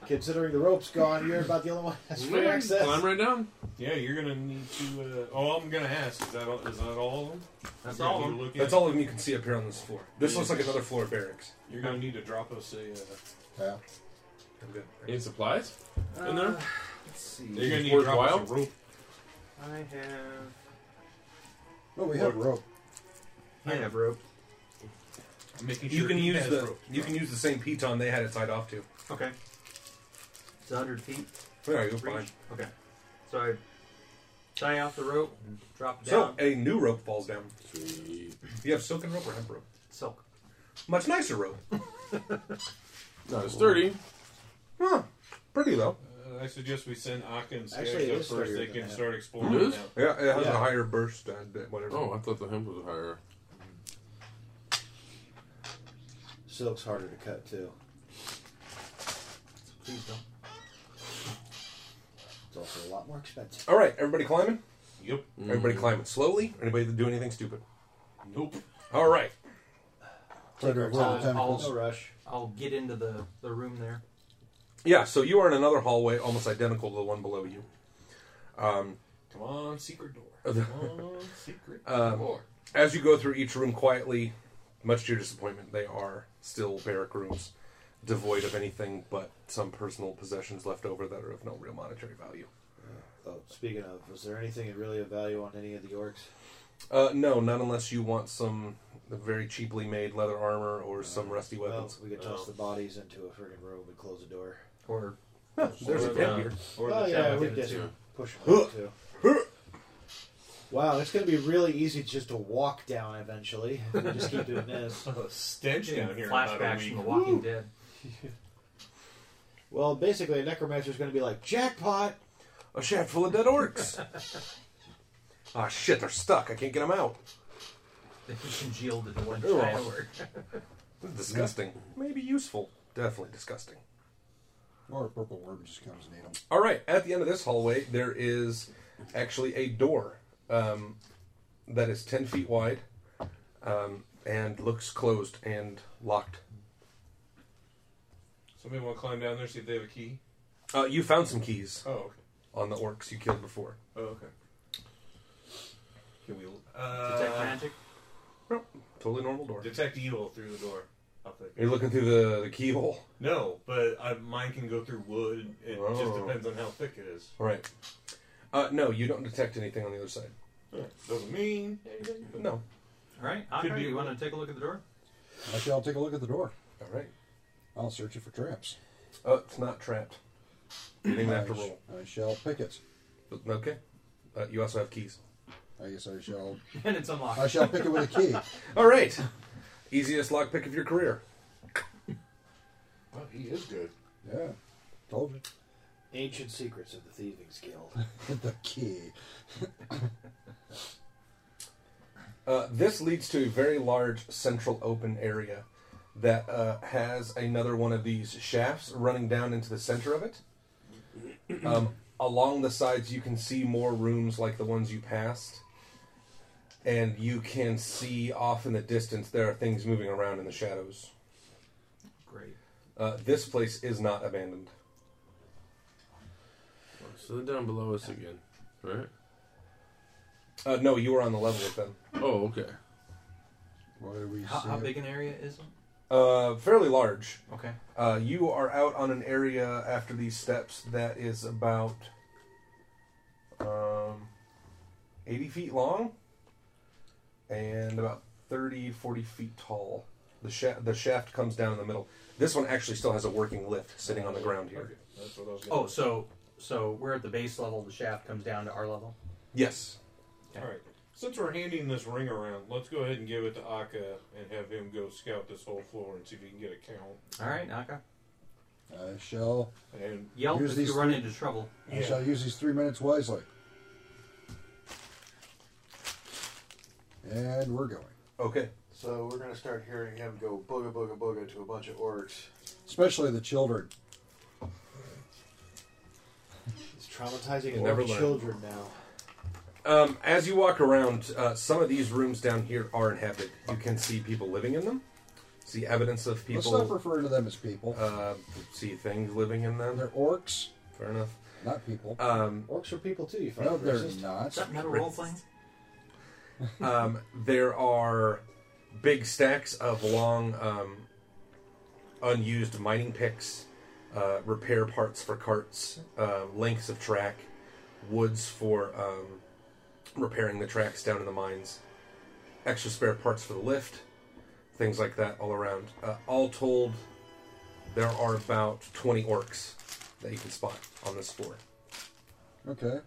Considering the rope's gone, you're about the only one that's free access.
Climb right down. Yeah, you're gonna need to. Uh, oh, I'm gonna ask. Is that all, is that all of them?
That's
You're
all
gonna
of 'em.
look
That's
at-
all of 'em you can see up here on this floor. This looks like another floor of barracks.
You're gonna need to drop us a. Uh,
yeah.
I'm good.
Any supplies in
Uh,
there?
Uh,
Let's see.
You're gonna need to drop
Worthwhile?
us a rope.
I have.
Oh, we have
Or-
rope.
I have rope.
making
you can use the you can use the same piton they had it tied off to.
Okay. It's 100 feet.
Yeah, you're
reach.
fine.
Okay. So I tie off the rope and drop it
So
down.
a new rope falls down. You have silken rope or hemp rope?
Silk.
Much nicer rope.
Not as sturdy.
Huh. Pretty though.
Uh, I suggest we send Akka and
Actually, it
Skaggs up
is
first.
sturdier
They
than
can
that.
start
It
exploring
is?
now.
Yeah, it has
Yeah.
a higher burst and whatever.
Oh, I thought the hemp was higher.
Silk's harder to cut too.
Please don't.
It's also a lot more expensive.
All right, everybody climbing.
Yep.
Everybody climbing slowly. Anybody that do anything stupid?
Nope.
All right.
Take our
I'll,
time. Tentacles.
No rush.
I'll get into the, the room there.
Yeah. So you are in another hallway, almost identical to the one below you. Um,
Come on, secret door. Come on, secret
Um,
door.
As you go through each room quietly, much to your disappointment, they are still barrack rooms, devoid of anything but some personal possessions left over that are of no real monetary value.
Oh, speaking of, was there anything really of value on any of the orcs?
Uh, no, not unless you want some very cheaply made leather armor or some rusty
Well,
weapons.
we could
Oh.
toss the bodies into a friggin' room and close the door.
Or uh,
There's a
Or
pit
the-
here.
or the
oh yeah,
tablet
we
in
could
too.
push them out, too. Wow, it's going to be really easy just to walk down eventually. if We just keep doing this.
stench down here. in about a
Flashbacks
week.
from The Walking Dead.
Well, basically, a necromancer's going to be like jackpot.
A shaft full of dead orcs. Ah, shit, they're stuck. I can't get them out.
They congealed into one
They're all-
giant orc.
This is disgusting. Maybe useful. Definitely disgusting.
Or a purple worm just comes and eat them.
All right. At the end of this hallway, there is actually a door um, that is ten feet wide um, and looks closed and locked.
Somebody want to climb down there see if they have a key?
Uh, you found some keys
Oh, okay.
on the orcs you killed before.
Oh, okay. Uh, Can we
Detect magic.
Totally normal door.
detect evil through the door?
up there.
You're looking through the, the keyhole.
No, but I, mine can go through wood. It just
Oh.
depends on how thick it is.
Right. Uh, no, you don't detect anything on the other side.
Doesn't mean.
No.
All right,
Could
Akra,
be-
you want to take a look at the door?
I shall take a look at the door.
All right.
I'll search it for traps.
Oh, it's not trapped. You didn't have to
I sh-
roll.
I shall pick it.
Okay. Uh, you also have keys.
I guess I shall.
And it's unlocked.
I shall pick it with a key.
All right. Easiest lockpick of your career.
Well, he is good.
Yeah. Told you.
Ancient secrets of the Thieving's Guild.
the key.
Uh, this leads to a very large central open area that uh, has another one of these shafts running down into the center of it. Um, along the sides, you can see more rooms like the ones you passed, and you can see off in the distance there are things moving around in the shadows.
Great.
Uh, this place is not abandoned.
So they're down below us again, right?
Uh, no, you were on the level with them.
Oh, okay.
Why are we?
How, how big an area is it?
Uh, fairly large.
Okay.
Uh, you are out on an area after these steps that is about um, 80 feet long and about 30, 40 feet tall. The, sha- the shaft comes down in the middle. This one actually still has a working lift sitting on the ground here.
That's what I was gonna
Oh, so so we're at the base level. The shaft comes down to our level.
Yes.
Okay.
All right. Since we're handing this ring around, let's go ahead and give it to Akka and have him go scout this whole floor and see if he can get a count.
All right, Naka.
I shall.
And
Yelp
Use
if
these
you run
three-
into trouble.
I shall use these three minutes wisely. And we're going.
Okay.
So we're gonna start hearing him go booga booga booga to a bunch of orcs.
Especially the children.
It's traumatizing
You never
orc
learn.
children now.
Um, as you walk around, uh, some of these rooms down here are inhabited. You can see people living in them, see evidence of people.
Let's not refer to them as people.
Uh, see things living in them.
They're orcs.
Fair enough.
Not people.
Um,
Orcs are people too. You fucking
no, they're
racist.
not.
Is that metal role playing?
um, there are big stacks of long, um, unused mining picks, uh, repair parts for carts, uh, lengths of track, woods for um, repairing the tracks down in the mines, extra spare parts for the lift, things like that all around. Uh, all told, there are about 20 orcs that you can spot on this floor.
Okay.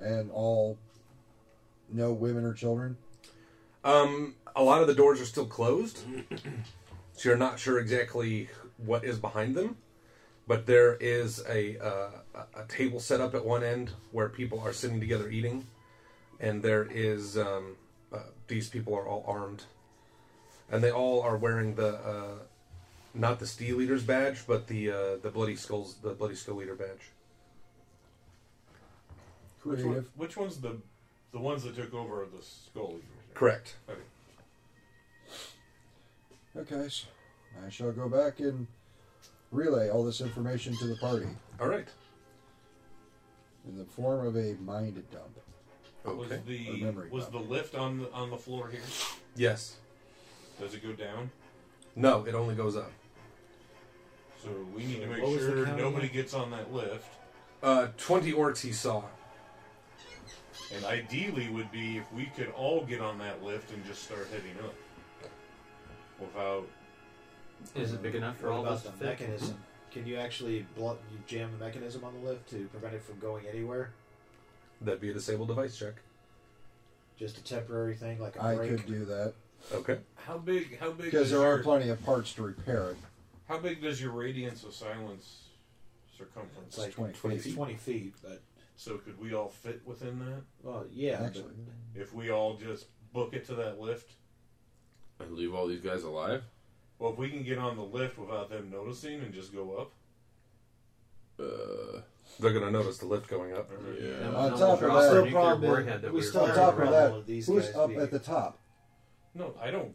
And all no women or children.
Um, a lot of the doors are still closed, so you're not sure exactly what is behind them. But there is a uh, a- a table set up at one end where people are sitting together eating, and there is um, uh, these people are all armed, and they all are wearing the uh, not the steel leader's badge, but the uh, the bloody skulls the bloody skull leader badge.
which, one,
Creative.
which one's the the ones that took over are the skull eaters? right?
Correct.
Okay.
Okay. So I shall go back and relay all this information to the party
All right.
in the form of a mind dump.
Was
Okay.
the
Remembering
was
that.
the lift on the on the floor here?
Yes.
Does it go down?
No. It only goes up.
So we need to make
What was the
sure
count
nobody
again?
gets on that lift.
Uh, Twenty orcs he saw.
And ideally would be if we could all get on that lift and just start heading up. Without
Is it big enough for
What
all of
about
us to
the
fit?
mechanism? Can you actually blo- you jam the mechanism on the lift to prevent it from going anywhere?
That'd be a disabled device check.
Just a temporary thing, like a
I
break.
could do that
Okay.
how big how big
because
does
there are
your-
plenty of parts to repair it.
How big does your radius of silence circumference?
It's like
20
20 feet. but
so could we all fit within that?
well, yeah. but-
Actually,
If we all just book it to that lift,
And leave all these guys alive?
well, if we can get on the lift without them noticing and just go up,
Uh,
They're gonna notice the lift going up.
yeah.
on
no,
top
we're
of
also
that,
nuclear
problem is
warhead that
we
we
still
were
on
These
top
guys
of
would
that,
be-
who's up at the top?
no, I don't.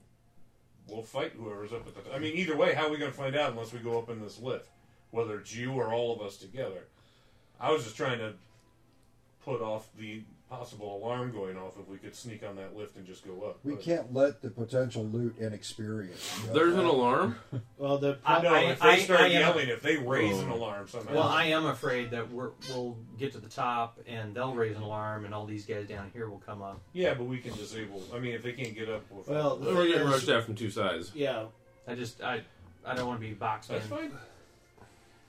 We'll fight whoever's up at the. I mean, either way, how are we going to find out unless we go up in this lift? Whether it's you or all of us together. I was just trying to put off the possible alarm going off if we could sneak on that lift and just go up.
We
but-
can't let the potential loot and experience. go.
There's an alarm?
Well, the
I know, if they start
am-
yelling, if they raise
Oh.
an alarm somehow.
Well, I am afraid that we're, we'll get to the top and they'll raise an alarm, and all these guys down here will come up.
Yeah, but we can disable. I mean, if they can't get up, we'll
Well, the
We're
thing
getting
is-
rushed at from two sides.
Yeah.
I just I I don't want to be boxed in.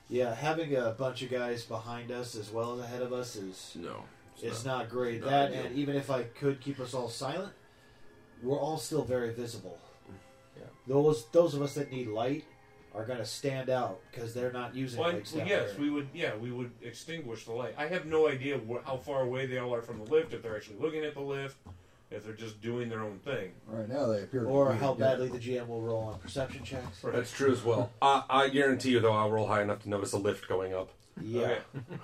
Yeah, having a bunch of guys behind us as well as ahead of us is
no,
it's, not, great.
not
that
ideal.
and even if I could keep us all silent, we're all still very visible.
Yeah.
Those those of us that need light are going to stand out because they're not using
Well,
lights.
well,
down
yes,
there.
we would. Yeah, we would extinguish the light. I have no idea wh- how far away they all are from the lift. If they're actually looking at the lift, if they're just doing their own thing.
Right now, they appear.
or
to be
how
together.
badly the GM will roll on perception checks.
That's true as well. I, I guarantee you, though, I'll roll high enough to notice a lift going up.
Yeah.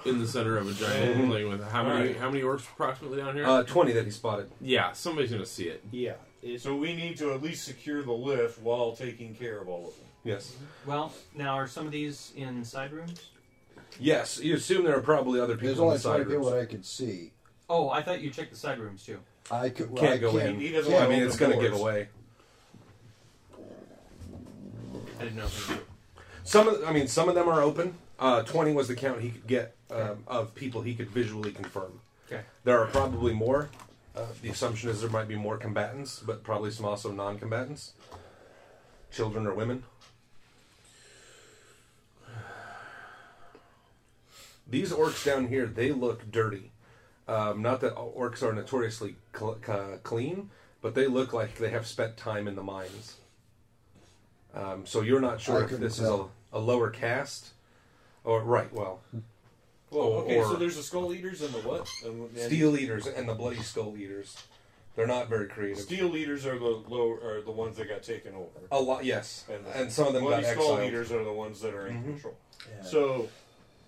In the center of a giant thing with how many
Alright.
how many orcs approximately down here?
Uh, 20 that he spotted.
Yeah, somebody's gonna see it.
Yeah.
So we need to at least secure the lift while taking care of all of them.
Yes.
Well, now are some of these in side rooms?
Yes, you assume there are probably other people
There's
in the
only
side
twenty people
rooms.
that I can see.
Oh, I thought you checked the side rooms too.
I could. well,
can't
I
go
can't-
in.
can't
I mean,
open
it's going to give
doors.
away.
I didn't know. If you
Some of, I mean, some of them are open. Uh, Twenty was the count he could get um, of people he could visually confirm.
Okay.
There are probably more. Uh, the assumption is there might be more combatants, but probably some also non-combatants, children or women. These orcs down here, they look dirty. Um, not that orcs are notoriously cl- uh, clean, but they look like they have spent time in the mines. Um, so you're not
I
sure if
couldn't
this
tell.
is a, a lower caste, or right? Well,
Well,
or-
okay. so
Oh, or
there's the skull eaters and the what? And, and-
steel eaters and the bloody skull eaters. They're not very creative.
Steel eaters are the low are the ones that got taken over.
A lot, yes, and,
the
some of them got
bloody skull
exiled.
eaters are the ones that are in control.
Yeah.
So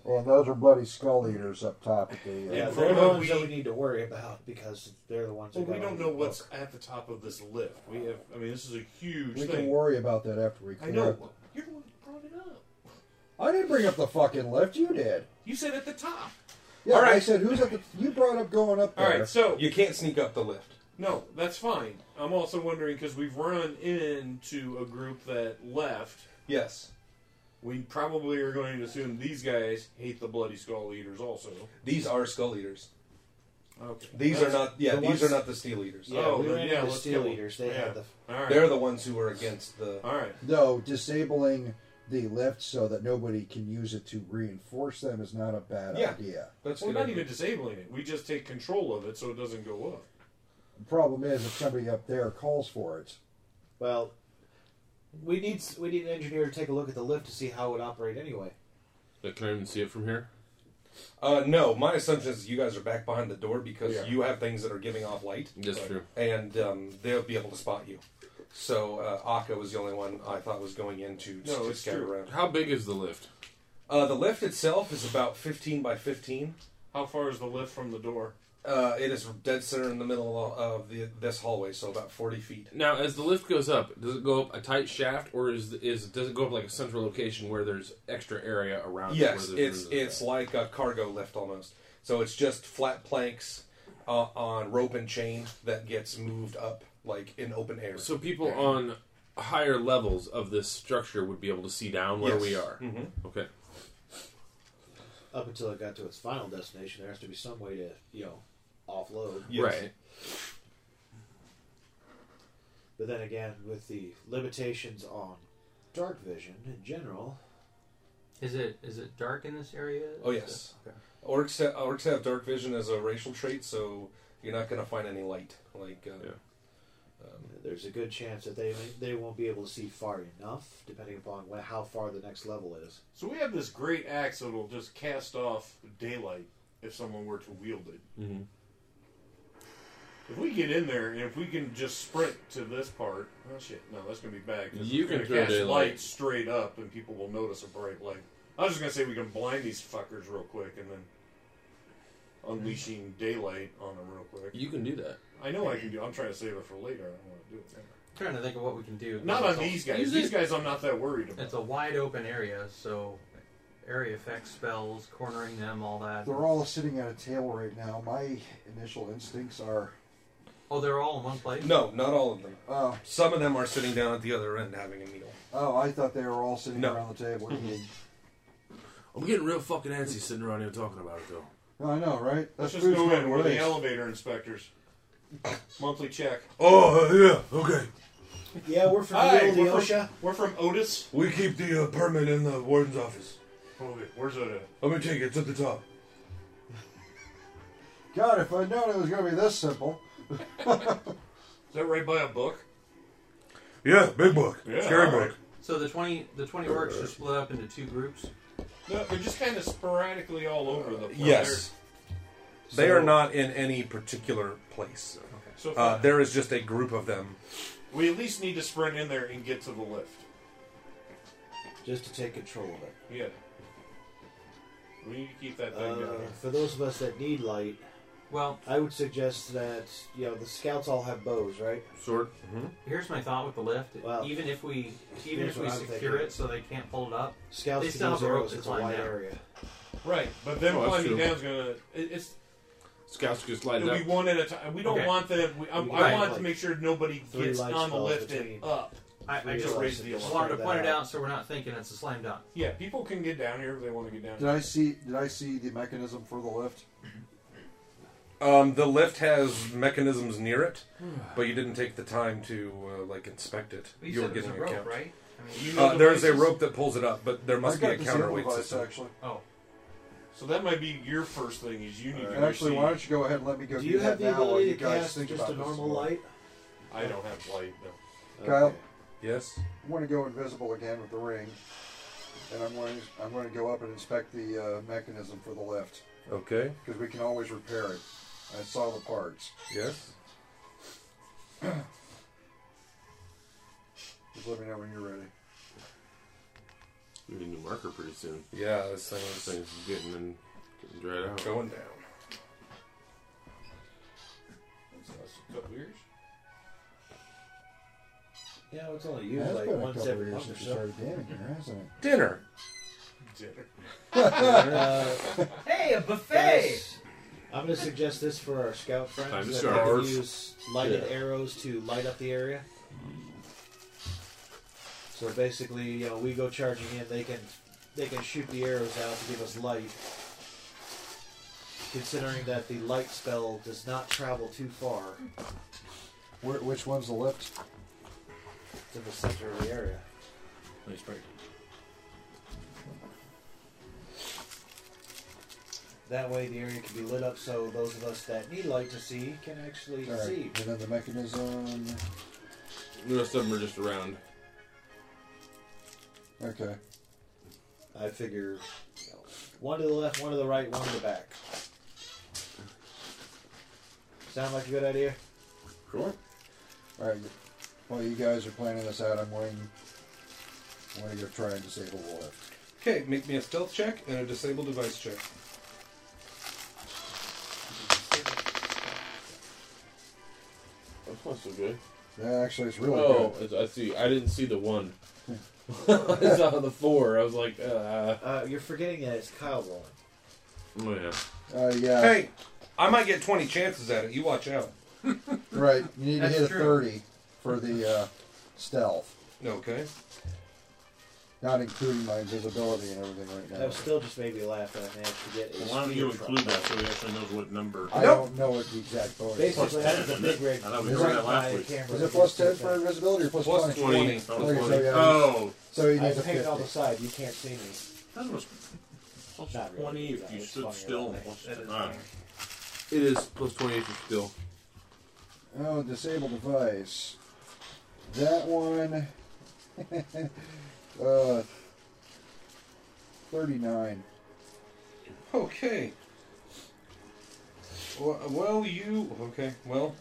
And those are bloody skull eaters up top at the. Uh,
Yeah,
Yeah,
they're
from
the
what
ones that
we-
we need to worry about because they're the ones.
Well,
that
we
got all
don't
the
know what's at the top of this lift. We have, I mean, this is a huge
we can
thing.
worry about that after we
I
clear
know.
up.
You're the one who brought it up.
I didn't bring up the fucking lift. You did.
You said at the top.
Yeah,
All right.
I said who's at the. You brought up going up
All
there.
right, so
You can't sneak up the lift.
no, that's fine. I'm also wondering because we've run into a group that left.
Yes,
We probably are going to assume these guys hate the bloody skull eaters also.
these are skull eaters.
Okay.
These
That's-
are not. Yeah,
the
these
ones-
are not the steel eaters.
Yeah,
Oh,
we
then,
ran
yeah,
into
let's
steel
kill 'em.
eaters. They
Yeah.
had the.
All right.
They're the ones who were against the.
All right.
No, disabling the lift so that nobody can use it to reinforce them is not a bad
Yeah.
idea.
That's
We're
good
not
idea.
even disabling it. We just take control of it so it doesn't go up.
The problem is if somebody up there calls for it.
Well, we need s- we need an engineer to take a look at the lift to see how it would operate anyway.
Like, can I even see it from here?
Uh, no, my assumption is you guys are back behind the door because
Yeah.
you have things that are giving off light,
That's true.
and um, they'll be able to spot you. So uh, Akka was the only one I thought was going in to,
No,
to
it's
scout
true.
around.
How big is the lift?
Uh, the lift itself is about 15 by 15.
How far is the lift from the door?
Uh, it is dead center in the middle of the, this hallway, so about 40 feet.
Now, as the lift goes up, does it go up a tight shaft, or is is does it go up like a central location where there's extra area around?
Yes,
it where there's
it's
room to-
it's like a cargo lift almost. So it's just flat planks uh, on rope and chain that gets moved up like in open air.
So people on higher levels of this structure would be able to see down where
Yes.
we are.
Mhm.
Okay.
Up until it got to its final destination, there has to be some way to you know offload.
Yes.
Right.
But then again, with the limitations on dark vision in general,
Is it is it dark in this area?
Oh
Is
yes, orcs have, orcs have dark vision as a racial trait, so you're not going to find any light. Like uh,
Yeah.
there's a good chance that they they won't be able to see far enough, depending upon wh- how far the next level is.
So we have this great axe that will just cast off daylight if someone were to wield it.
Mhm.
If we get in there and if we can just sprint to this part, oh shit, no, that's gonna be bad. 'cause
You
we're
can
gonna
throw
cast
daylight.
light straight up and people will notice a bright light. I was just gonna say we can blind these fuckers real quick and then unleashing daylight on them real quick.
You can do that.
I know I can do. I'm trying to save it for later. I don't want to do it.
I'm trying to think of what we can do.
Not
It's
on
a-
these guys.
usually
These guys, I'm not that worried about.
It's a wide open area, so area effect spells, cornering them, all that.
They're all sitting at a table right now. My initial instincts are
Oh, they're all in one place.
No, not all of them.
Oh.
Some of them are sitting down at the other end having a meal.
Oh, I thought they were all sitting
No.
around the table eating.
I'm getting real fucking antsy sitting around here talking about it, though.
I know, right?
Let's just
food's
go
going
in. We're the
waste.
elevator inspectors. Monthly check.
Oh, uh, yeah, okay.
Yeah, we're from
Hi,
the
we're
OSHA.
From, we're from Otis.
We keep the uh, permit in the warden's office.
Okay, where's Otis?
Let me take it. It's at the top.
God, if I'd known it was going to be this simple.
Is that right by a book?
Yeah, big book.
Yeah,
Scary
all right.
book.
So the twenty the twenty orcs are split up into two groups.
No, they're just kind of sporadically all over the place.
Yes.
They're-
They
so
are not in any particular place.
So if
uh,
I-
there is just a group of them.
We at least need to sprint in there and get to the lift.
Just to take control of it.
Yeah. We need to keep that thing down.
Uh,
here.
for those of us that need light,
well,
I would suggest that you know the scouts all have bows, right?
Sword.
Here's my thought with the lift.
Well,
even if we even
here's
if we
what I'm
secure
thinking.
it so they can't pull it up,
Scouts
they
can
still
use
have a rope
arrows.
to
It's a
climb
wide
down.
area.
Right, but then
Oh, that's
climbing
true.
down is gonna. It, it's
Scouts just
it'll
slide
be
up.
one at a time. We don't
Okay.
want them. We, I, I
Right.
want to make sure nobody
Three
gets
lights
on the
fell
lift
between.
and up.
I, I
To
just
raise the alarm.
wanted to point it out so we're not thinking it's a slam dunk.
Yeah, people can get down here if they want to get down.
Did I see? Did I see the mechanism for the lift?
Um, the lift has mechanisms near it, but you didn't take the time to uh, like inspect it.
But you
were
said it was
getting
a rope,
count.
right? I mean- You know
uh,
the
there is a
places-
rope that pulls it up, but there must be a counterweight system.
Oh.
So that might be your first thing is you need to
Uh,
go
actually,
see-
why don't you go ahead and let me go
Do
do
you
that
have the
now while
ability
you
to
guys
cast
think
just
about
a
this
normal
more.
light?
I don't have light, no.
Kyle,
Yes.
I want to go invisible again with the ring, and I'm going. To, I'm going to go up and inspect the uh, mechanism for the lift.
Okay.
Because we can always repair it. I saw the parts.
Yes.
Just let me know when you're ready.
We need a new marker pretty soon.
Yeah, this thing
This thing's getting in, getting dried out.
Going down.
A couple years.
Yeah, it's only
Yeah,
used
it's
like
been a
once
couple
every
years
month or
since we
so.
started dating here, hasn't it?
Dinner.
Dinner.
Hey, a buffet!
Guys, I'm going to suggest this for our scout friends
Time to
that they can
start.
use lighted
Yeah.
arrows to light up the area. So basically, you know, we go charging in, they can they can shoot the arrows out to give us light. Considering that the light spell does not travel too far
Where, which one's the lift?
to the center of the area.
Nice break.
That way, the area can be lit up so those of us that need light to see can actually
All right.
see.
And then the mechanism.
The rest of them are just around.
Okay.
I figure you know, one to the left, one to the right, one to the back. Sound like a good idea?
Sure.
All right. While you guys are planning this out, I'm going. I'm going to go try and disable the lift.
Okay, make me a stealth check and a disabled device check.
That's not so good.
Yeah, actually, it's really
oh,
good.
it's- I see. I didn't see the one. I saw the four. I was like, uh.
Uh, you're forgetting that it's Kyle rolling.
Oh, yeah.
Uh, yeah.
Hey, I might get 20 chances at it. You watch out.
Right. You need
That's
to hit
true.
a 30 for the uh, stealth,
Okay.
not including my invisibility and everything right now.
That still just made me laugh that I managed to get a
Why don't you
spear
include
from
that so he actually knows what number?
I don't know what the exact bonus is.
Basically, that's the big rig.
I thought we
Is
did
it-
that last week.
Is it plus 10 for invisibility or plus,
Plus
20?
20. Plus
Okay, so
20.
yeah,
Oh.
So you
I
need a
picked all
50.
the side. You can't see me.
That was plus
Not really.
20 if
That
you
was
stood
funny,
still.
wasn't it?
Plus 10.
It is plus 28 for skill.
Oh, disable device. That one. uh, 39.
Okay. Well, well, you okay? Well,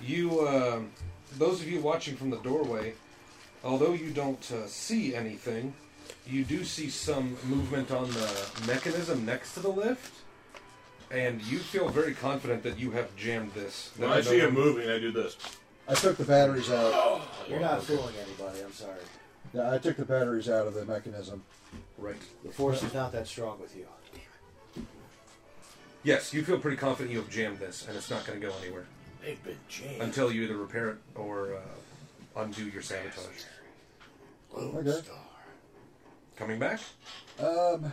you um, those of you watching from the doorway, although you don't uh, see anything, you do see some movement on the mechanism next to the lift, and you feel very confident that you have jammed this.
When I see it moving, I do this.
I took the batteries out.
You're not fooling anybody. I'm sorry.
Yeah, I took the batteries out of the mechanism.
Right.
The force is not that strong with you.
Yes, you feel pretty confident you have jammed this, and it's not going to go anywhere.
They've been jammed.
Until you either repair it or uh, undo your sabotage.
Okay.
Coming back?
Um,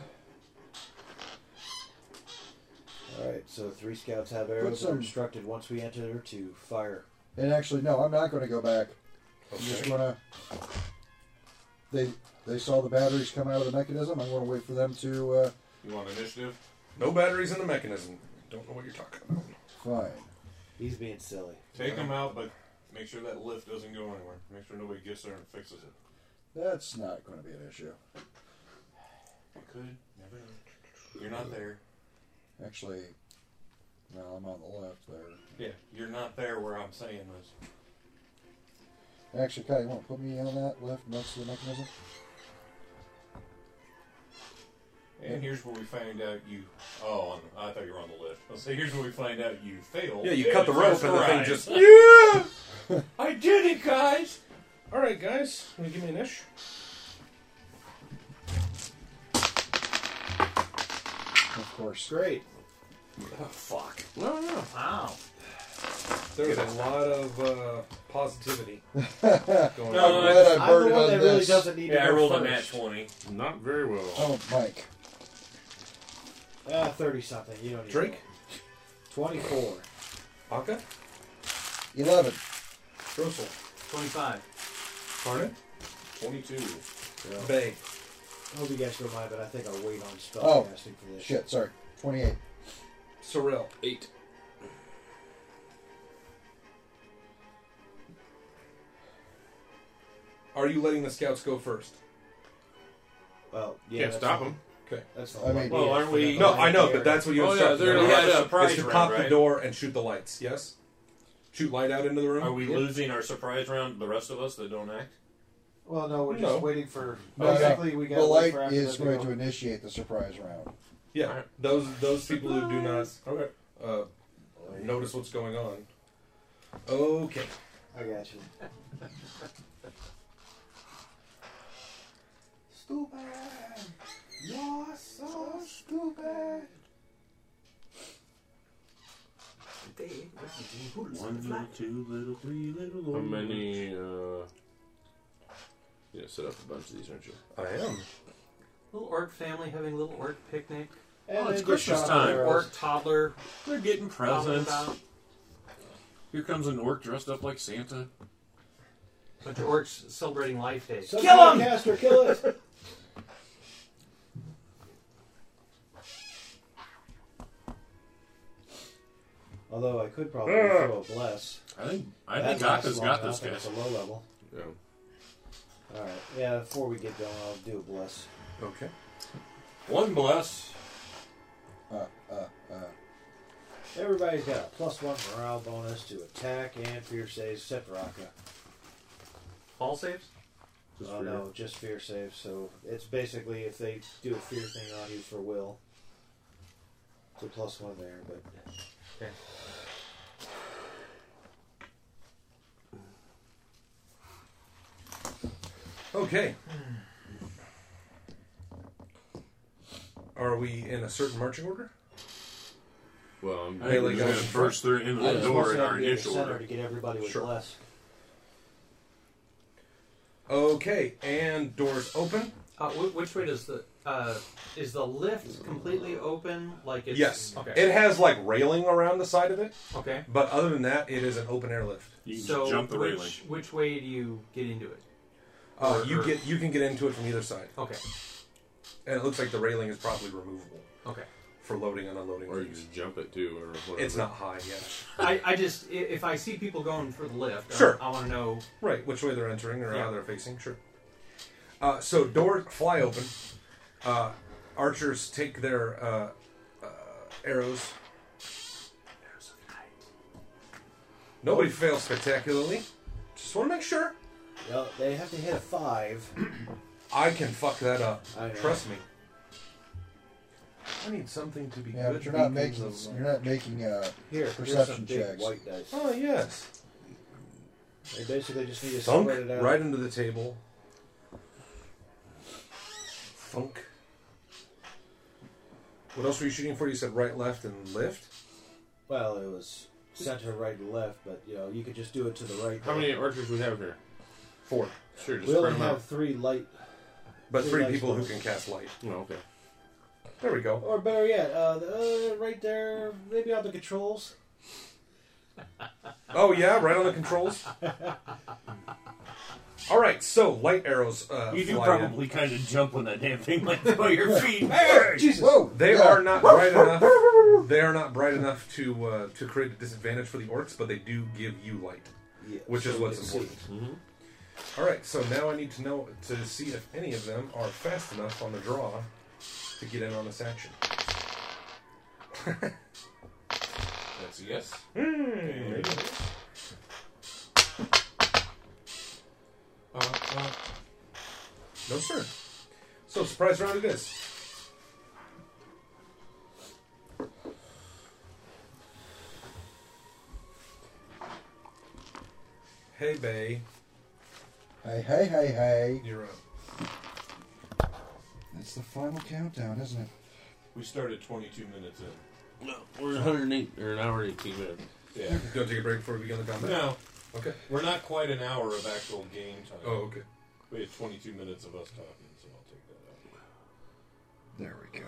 All right, so three scouts have arrows that are
some-
instructed once we enter to fire.
and actually, no, I'm not going to go back. I'm just
Okay.
going to. They they saw the batteries come out of the mechanism. I'm going to wait for them to. Uh,
You want initiative?
No batteries in the mechanism. Don't know what you're talking about.
fine.
He's being silly.
Take them out, but make sure that lift doesn't go anywhere. Make sure nobody gets there and fixes it.
That's not going to be an issue.
You could never. You're not there.
Actually, well, I'm on the left there.
Yeah, you're not there where I'm saying this.
Actually, Kai, you want to put me on that left next to the mechanism?
And here's where we find out you. Oh, on I thought you were on the lift. So here's where we find out you failed.
Yeah, you cut the rope and the thing just-
Yeah, I did it, guys.
All right, guys. Can you give me an ish?
Of course. Great.
Oh, fuck.
No, no.
Wow. There's a lot of uh, positivity going on.
No, I'm glad I I'm the burned one on that really this. doesn't need to
Yeah, I
go
rolled a
first.
nat 20.
Not very well.
Oh, Mike.
Ah, thirty something. You don't need
Drake?
Twenty-four.
Aka?
11.
Russell?
25.
Pardon?
22.
Bay.
I hope you guys don't mind, but I think I'll wait on spell
Oh,
casting for this.
shit, sorry. 28.
Sorrel?
Eight.
Are you letting the scouts go first?
Well, yeah.
Can't
that's
stop
all.
'em.
Okay.
That's the
I
whole
mean-
idea.
Well,
It's
aren't
for
we-
them
No,
to
I know,
get
but
there.
that's what you
Oh, yeah,
instructed.
they're
them
gonna
to
have a
do.
surprise
Is to
round,
pop the
right?
door and shoot the lights. Yes. Shoot light out into the room.
Are we
Yeah.
losing our surprise round? The rest of us that don't act.
Well, no, we're
No.
just waiting for.
No, no,
Basically, we got
Oh, the light
for after
is
the
going
deal.
to initiate the surprise round.
Yeah, those those people who do not uh, notice what's going on. Okay.
I got you.
Stupid. You're so stupid.
One little, two little, three little.
How many? Uh, you know, set up a bunch of these, aren't you?
I am.
Little orc family having a little orc picnic.
And
Oh, it's
then get
Christmas
shot
time.
with arrows.
Orc toddler.
They're getting presents.
About.
Here comes an orc dressed up like Santa.
Bunch of orcs celebrating life day.
Some
Kill him!
Caster, kill it. Although I could probably throw a bless.
I think I
That
think
lasts
Aka's
long
got this
enough, and
guy.
It's a low level.
Yeah.
All right. Yeah. Before we get going, I'll do a bless.
Okay.
One bless.
Uh, uh, uh.
Everybody's got a plus one morale bonus to attack and fear saves, except Raka.
Fall saves?
Just
oh
for
no,
your-
just fear saves. So it's basically if they do a fear thing on you for will, it's a plus one there. But
Okay.
Okay. Are we in a certain marching order?
Well, I'm
I think
we're
like
gonna
I-
first through into
I
the
just
door
want
in our
somebody to be in
initial
the center
order.
to get everybody with
Sure.
bless.
Okay, and doors open.
Uh, wh- which way does the uh, is the lift completely open? Like it's
yes,
Okay.
it has like railing around the side of it,
okay.
but other than that, it is an open air lift.
You can
So
jump the
which
railing.
which way do you get into it?
Uh,
Or-
you
Oh, or-
get you can get into it from either side,
okay.
and it looks like the railing is probably removable
Okay.
for loading and unloading.
Or you
things.
just jump it too, or whatever.
It's not high yet.
I, I just i- if I see people going for the lift, I-
Sure.
I, want to know.
Right, which way they're entering or
Yeah.
how they're facing, sure. Uh, so doors fly open. Uh, archers take their uh, uh, arrows. Nobody fails spectacularly. Just want to make sure.
Well, they have to hit a five.
I can fuck that up.
I know.
Trust me. I need something to be
Yeah,
good.
but you're not
beacons
making
of-
you're not making uh,
Here, here's some
perception
big
checks.
white dice.
Oh yes.
They basically just need to
Thunk
spread it out.
right into the table. funk. What else were you shooting for? You said right, left, and lift.
Well, it was center, right, and left, but you know you could just do it to the right.
How many archers we have here?
Four.
Sure, just
we
spread
only
them
have
out.
three light.
But three
light
people who
spells.
can cast light.
Oh, okay.
There we go.
Or better yet, uh, the- uh, right there, maybe on the controls.
Oh yeah, right on the controls. All right, so light arrows. Uh,
You do
fly
probably
in.
kind of jump when that damn thing went through your feet.
Hey!
Jesus.
Whoa! They
Yeah.
are not bright enough. They are not bright enough to uh, to create a disadvantage for the orcs, but they do give you light,
Yeah,
which is
so
what's
they see.
important.
Mm-hmm.
All right, so now I need to know to see if any of them are fast enough on the draw to get in on this action.
That's a yes.
Hmm. Uh, uh, no, sir. So, surprise round it is. Hey, Bay.
Hey, hey, hey, hey.
You're up.
That's the final countdown, isn't it?
We started 22 minutes in.
No, We're 108 or an hour and 18 minutes.
Yeah.
Do I take a break before we begin the combat?
No.
Okay.
We're not quite an hour of actual game time.
Oh, okay.
We had 22 minutes of us talking, so I'll take that out.
There we go.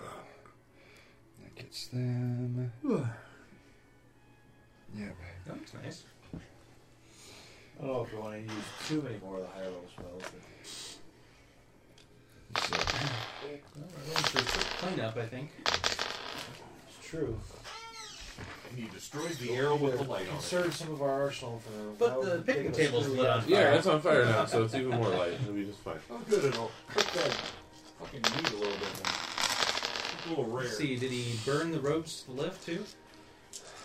That gets them. Yep.
That's nice.
I don't know if we want to use too many more of the higher level spells.
Cleanup, I think.
It's true.
And you destroyed the arrow with the light on it.
Conserve some of our arsenal for. that
But the
would
picnic
take us
table's
through
lit
the-
on fire.
Yeah, it's on fire now, so it's even more light. It'll be just fine.
I'm good at all. Put that fucking meat a little bit more. It's a little rare.
Let's see, did he burn the ropes to the left too?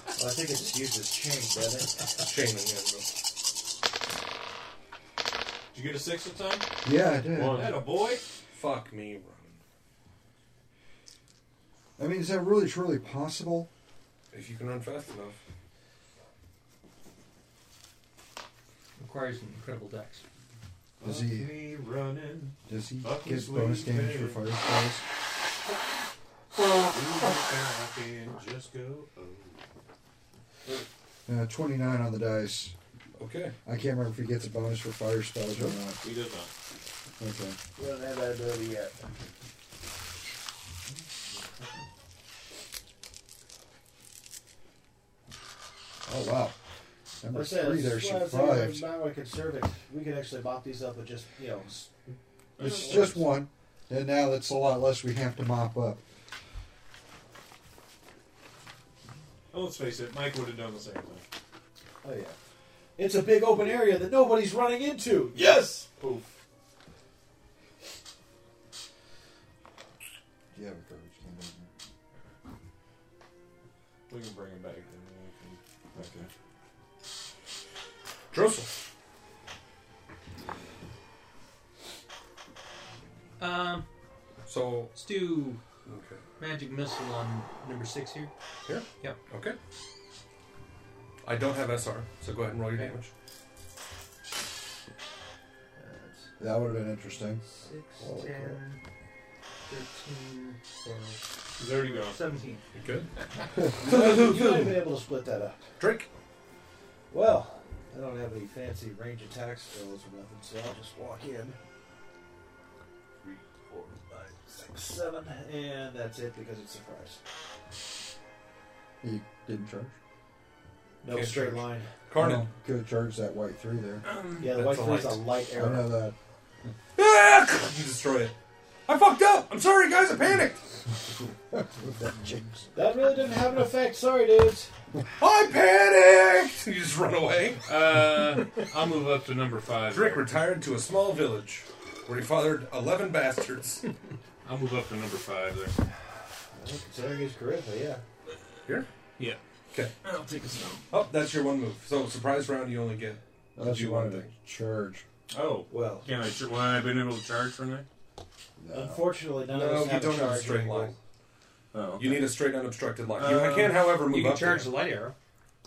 Well, I think it just uses chain, doesn't it?
Chain, yeah,
Did you get a six at time?
Yeah, I did. One.
That a boy?
Fuck me, bro.
I mean, is that really truly possible?
If you can run fast enough.
Requires an incredible dex.
Does he-
Up me running.
Does he
Fucking
get bonus
sweet
damage for
baby.
fire spells?
just go.
Uh, 29 on the dice.
Okay.
I can't remember if he gets a bonus for fire spells or not.
He does not.
Okay.
We don't have that ability yet.
Oh, wow.
I
Number
was saying,
three
this
there
is why I was thinking
survived.
Now I could serve it. We could actually mop these up with just you know. s-
It's just one. And now that's a lot less we have to mop up.
Well, Oh, let's face it, Mike would have done the same thing.
Oh yeah. It's a big open area that nobody's running into. Yes.
Poof.
Do you have a garbage can down there?
We can bring him back. Then we can. Okay.
Drossel.
Um,
So,
let's do
okay.
magic missile on number six here.
Here?
Yep.
Okay. I don't have SR, so go ahead and roll your damage.
That would have been interesting. Holy
Six,
crap.
ten, thirteen, twelve.
He's already gone.
Seventeen.
Good.
you might be able to split that up.
Drake.
Well, I don't have any fancy range attack skills or nothing, so I'll just walk in.
Three, four,
five, six, seven, and that's it because it's surprise.
He didn't charge?
No
Can't
straight
charge.
line.
Carnage.
No, Could have charged that white three there.
Mm-hmm.
Yeah, the
That's
white
a
flame's a
light.
light
I know
arrow.
that.
Ah! You destroy it. I fucked up. I'm sorry, guys. I panicked.
That really didn't have an effect. Sorry, dudes.
I panicked. You just run away.
Uh, I'll move up to number five.
Drake retired to a small village where he fathered 11 bastards.
I'll move up to number five there.
Well, Considering he's charisma, yeah.
Here?
Yeah.
Okay.
I'll take a stone.
Oh, that's your one move. So, surprise round, you only get to
Unless
do
you
one
wanted to
thing.
charge.
Oh,
Well,
can I? Ch- well, I've been able to charge from there.
unfortunately, none of
No,
us
you
have
don't
a
have a
charge
straight
anymore.
line.
Oh, okay.
You need a straight, unobstructed line. You- I
Uh,
can, however, move
You can
up
charge the
there.
light arrow.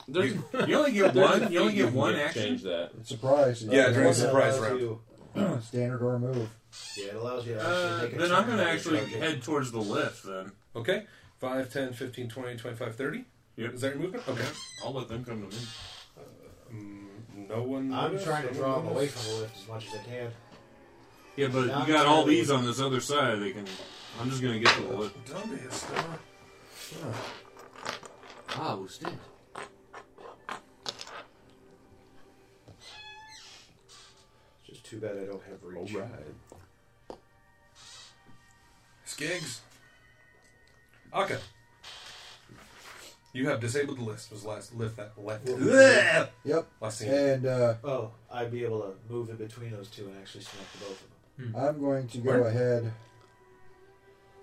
There's,
You-
You only get
there's
one.
a
You only
feat
get one
can
action.
Change that.
Surprise.
Yeah,
it's
during
One
surprise
allows
round.
you-
Standard or move.
Yeah, it allows you to actually
Uh,
take a
then I'm going to
turn.
actually head towards the lift then.
Okay. 5, 10, 15, 20, 25, 30? Yep. Is that your movement? Okay. Mm,
I'll let them come to me.
no one.
I'm
noticed,
trying to
no
draw
one
them away
noticed.
from the lift as much as I can.
Yeah, but
Now
you got all
I'm trying
these on this other side. They can. I'm just going to get to the lift.
Dumbass, dog.
Ah, usted.
It's just too bad I don't have reach. All right.
Skigs. Okay. You have disabled the list. Was the last lift that left.
Yep.
Last scene.
And uh,
oh, I'd be able to move in between those two and actually smack the both of them.
I'm going to go
Where?
ahead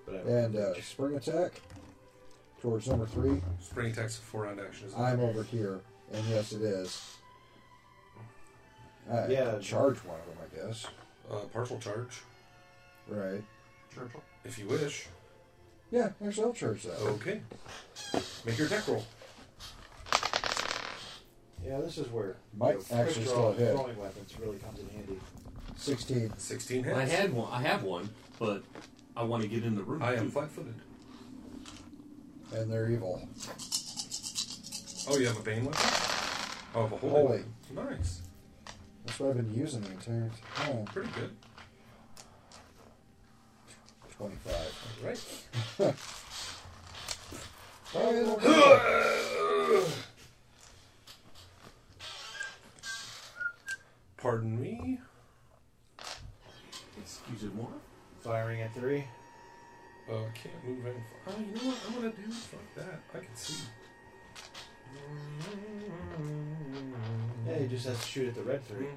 But I don't
and uh, spring attack towards number three.
Spring attack's a four round action. Isn't
I'm
it?
over here, and yes, it is. I
Yeah.
charge one of them, I guess.
Uh, partial charge,
Right.
if you wish.
Yeah, there's no charge that.
Okay. Make your attack roll.
Yeah, this is where
Might
you know, quick
actually still
draw,
hit.
Throwing weapons really comes in handy.
16.
16
hits.
I had one. I have one, but I want to get in the room.
I
too.
am flat footed.
And they're evil.
Oh, you have a vein weapon? Oh, I have a holy.
Holy.
weapon. Nice.
That's what I've been using the entire time.
Pretty good.
25.
Right. Pardon me.
Excuse me, more.
Firing at three.
Uh, I can't move in. Oh, you know what? I'm gonna do fuck that. I can see.
Yeah, he just has to shoot at the red three.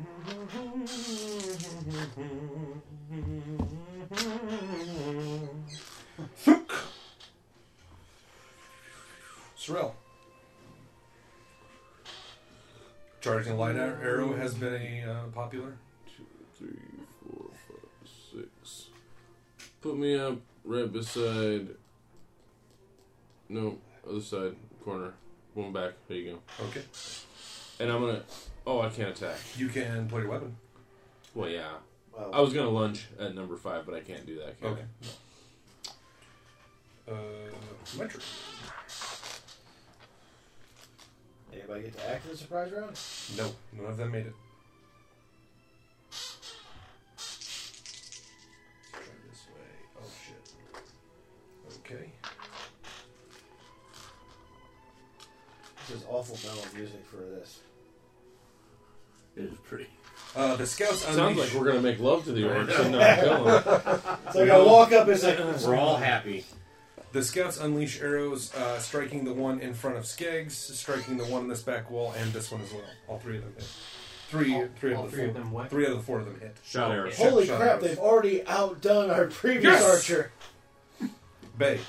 Sorrel. Charging light ar- arrow has been a uh, popular.
Three, four, five, six. Put me up right beside. No, other side corner. One back. There you go.
Okay.
And I'm gonna. Oh, I can't attack.
You can put your weapon.
Well, yeah.
Well-
I was gonna lunge at number five, but I can't do that. Can
Okay. Uh, metric.
Anybody get to act in the surprise round?
No, none of them made it. Try this way. Oh shit. Okay.
This is awful metal music for this.
It is pretty.
Uh, the scouts.
Sounds
unleash-
like we're gonna make love to the orcs and not kill them.
It's like I walk up, it's like
The scouts unleash arrows, uh, striking the one in front of Skeggs, striking the one in this back wall, and this one as well. All three of them hit. Three,
All-
three
all
of the
three
four.
of them what?
Three out of the four of them hit.
Shot arrows.
Shot-
Holy
shot
crap,
arrows.
they've already outdone our previous
Yes!
archer.
Bay.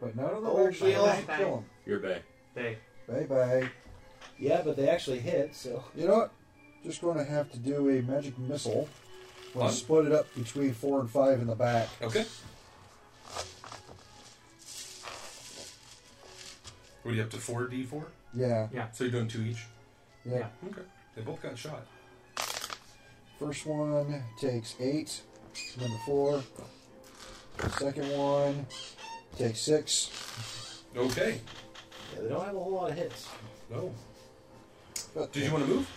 But none of them
Oh,
actually
yeah.
managed to kill him.
You're bay.
They.
Bye bye.
Yeah, but they actually hit, so.
You know what? Just going to have to do a magic missile. We'll
Fun.
split it up between four and five in the back.
Okay. What are you up to? Four D4?
Yeah.
Yeah.
So you're doing two each?
Yeah.
Okay. They both got shot.
First one takes eight, number four. Second one takes six.
Okay.
Yeah, they don't have a whole lot of hits.
No.
But
Did you want to move?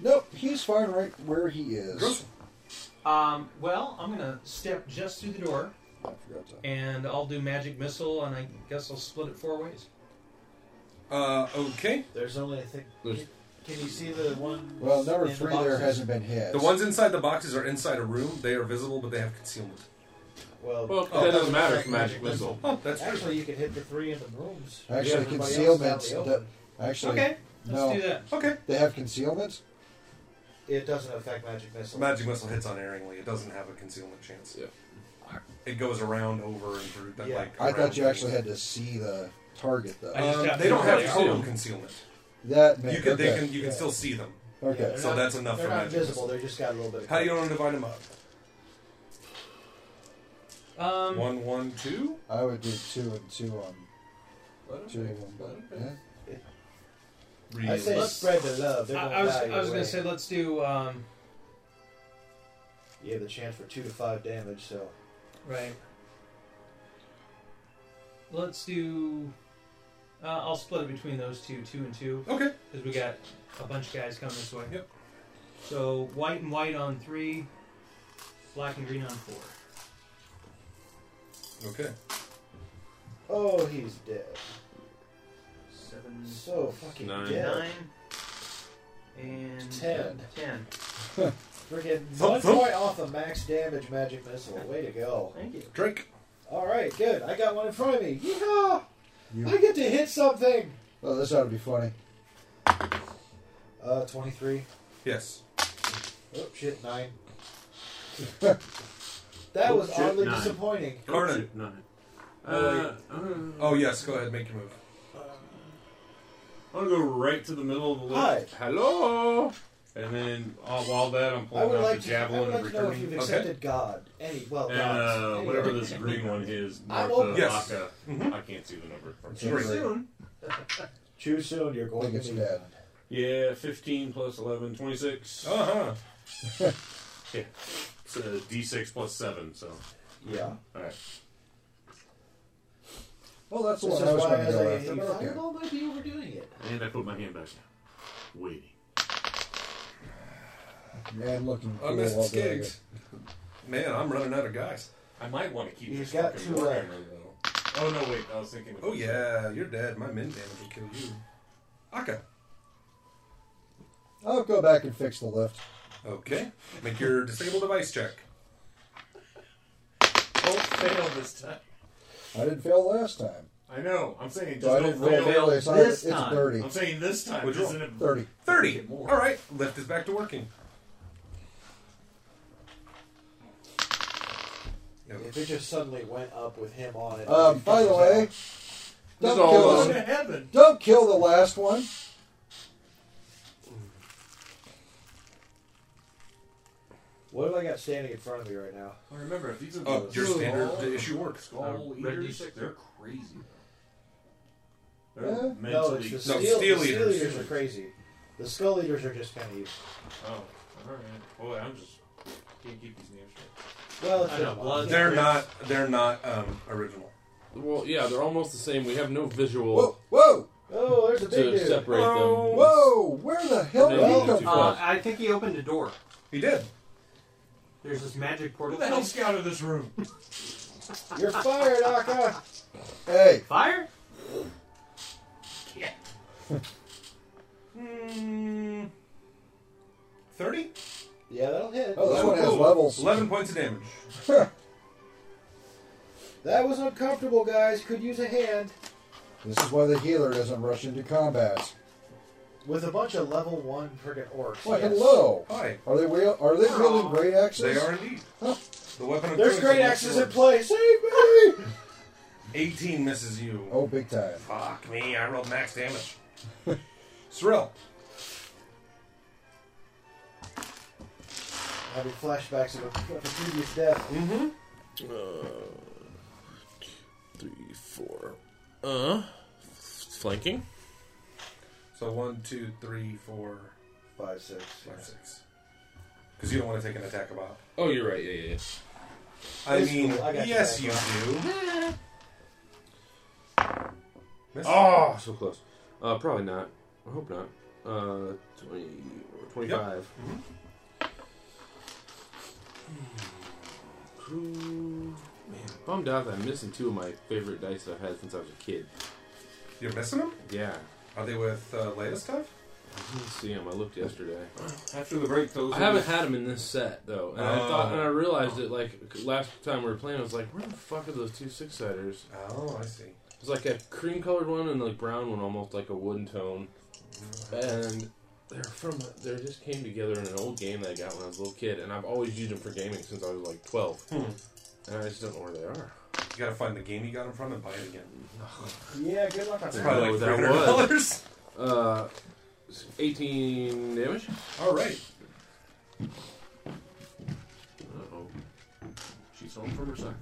Nope, he's fine right where he is.
Um, well, I'm gonna step just through the door,
I forgot to.
and I'll do magic missile, and I guess I'll split it four ways.
Uh, okay.
There's only, I think.
There's-
Can you see the one?
Well, number
in the
three
boxes?
there hasn't been hit.
The ones inside the boxes are inside a room. They are visible, but they have concealment.
Well,
Well,
Oh,
that
that's
doesn't matter if magic missile.
Oh, that's true.
actually, you can hit the three in the rooms.
Actually,
Everybody else is out in the
concealment.
open.
actually,
Okay, let's
no.
do that.
Okay.
They have concealment?
It doesn't affect magic missile.
Magic missile hits unerringly. It doesn't have a concealment chance.
Yeah.
It goes around, over, and through. That,
Yeah.
like,
I
around
thought you
things.
actually had to see the target, though.
I just
Um,
have
they
to
don't
know
have
they
total
do.
concealment.
that man.
You can, they
okay.
can, you can still see them.
Okay.
Yeah, they're
So
not-
that's enough
They're
for
not
magic
invisible.
missile.
They just got a little bit. Of
How do you want to divide them up?
Um,
One, one, two.
I would do two and two on
Let 'em
two
pick.
of them, but yeah.
Really?
I say spread the love.
I,
They're
I was
die
I was
either way.
gonna say let's do um,
You have the chance for two to five damage, so.
Right. Let's do. Uh, I'll split it between those two, two and two.
Okay.
Because we got a bunch of guys coming this way.
Yep.
So white and white on three, black and green on four.
Okay.
Oh, he's dead.
Seven.
So fucking
nine.
dead.
Nine. And
Ten.
Ten.
Freaking one point off the max damage magic missile. Way to go.
Thank you.
Drink.
All right, good. I got one in front of me. Yeehaw! I get to hit something.
Oh, this ought to be funny.
Uh, twenty-three.
Yes.
Oh shit, nine. that was
shit,
oddly
nine.
disappointing.
Carnan.
Uh,
oh yes, go ahead, make your move.
I'm gonna go right to the middle of the list. Hello. And then uh, while that, I'm
I
pulling
would
out
like
the
to, I
javelin
would like
and
to know if
returning.
you've accepted God. Any well,
And
gods.
uh,
Any
whatever
of
this
them.
green one is,
I'm
Martha
open.
Yes.
Aka.
Mhm.
I can't see the number.
Too soon. Too soon. You're going to
Think it's
be
dead.
Yeah, 15 plus 11, 26.
Uh-huh.
yeah. It's a d6 plus 7, so.
Yeah.
Alright.
Well, that's the
This
one
is
I was
why
going
I
to
was
go
like,
after.
you
but okay.
fireball might be overdoing it.
And I put my hand back down. Waiting.
Man, looking
I
cool.
missed
while doing
Skiggs. Man, I'm running out of guys.
I might want to keep
He's
this
got
fucking
two left.
warhammer, though. Oh, no, wait. I was thinking.
Oh yeah, you're dead. My min damage will kill you. Aka.
it. I'll go back and fix the lift.
Okay. Make your disable device check.
Don't fail this time.
I didn't fail last time.
I know. I'm saying
So I
just
didn't
don't
roll
fail
early,
this
so I- it's
time.
30.
I'm saying this time.
What'd you
isn't
roll?
30.
it-
Thirty.
Get
All
more.
right. Lift is back to working.
If it just suddenly went up with him on it.
Um, by the way, don't
all
kill,
going
the-
to heaven.
don't kill the last one.
what have I got standing in front of me right now?
Well, remember, if these are the
Oh, your
skull-
standard issue work.
skull
Uh, red
eaters,
D6.
they're crazy. They're
Yeah.
No, it's
mentally.
the
No,
steel,
Steel
the steel
Eaters.
eaters are crazy. The skull eaters are just kind of evil.
oh, all right. Boy, I'm just can't keep these names straight.
Well, it's
I know,
been a
blood-
while.
They're not. They're not um, original.
Well, yeah, they're almost the same. We have no visual
Whoa, whoa,
Oh, there's a big
to
dude.
separate them.
whoa! Where the hell did he
Well,
come
uh,
from?
Well-
Uh, I think he opened a door.
He did.
There's this magic portal.
Who the hell
thing.
scouted this room?
You're fired, Aka.
Hey,
Fire?
Mm, Thirty.
Yeah, that'll hit.
oh, this one has
Cool.
levels.
Eleven points of damage.
That was uncomfortable, guys. Could use a hand.
This is why the healer doesn't rush into combat.
With a bunch of level one friggin' orcs.
Well,
yes.
hello.
Hi.
Are they real? Are they really great axes?
They are indeed. The weapon of
There's
choice
great
of all
axes in
swords.
play. Save me!
Eighteen misses you.
Oh, big time.
Fuck me! I rolled max damage. Sorrel.
Having flashbacks of a, of a previous death.
Mm-hmm.
Three, four. Uh, flanking.
So one, two, three, four,
Five, six.
five, six. Because you don't want to take an attack of op.
Oh, you're right. Yeah, yeah, yeah.
I
It's
mean,
cool. I got your
yes,
back,
you do. Miss?
Ah!
Oh, so close. Uh, probably not. I hope not. Uh, 20 or 25.
Mm-hmm.
Ooh, Hmm. Man, bummed out that I'm missing two of my favorite dice I've had since I was a kid.
You're missing them.
Yeah.
Are they with uh, Leia stuff?
I didn't see them. I looked yesterday.
After the break, those.
I haven't had them in this set though, and I thought, and I realized it like last time we were playing. I was like, "Where the fuck are those two six siders?"
Oh, I see.
It's like a cream colored one and like brown one, almost like a wooden tone. And they're from they just came together in an old game that I got when I was a little kid, and I've always used them for gaming since I was like twelve.
Hmm.
And I just don't know where they are.
You gotta find the game you got them from and buy it again.
Yeah, good luck on
It's
that.
probably like
know
three
what
hundred
that Uh,
dollars.
eighteen damage.
All right.
Uh oh, she's home from her sucker.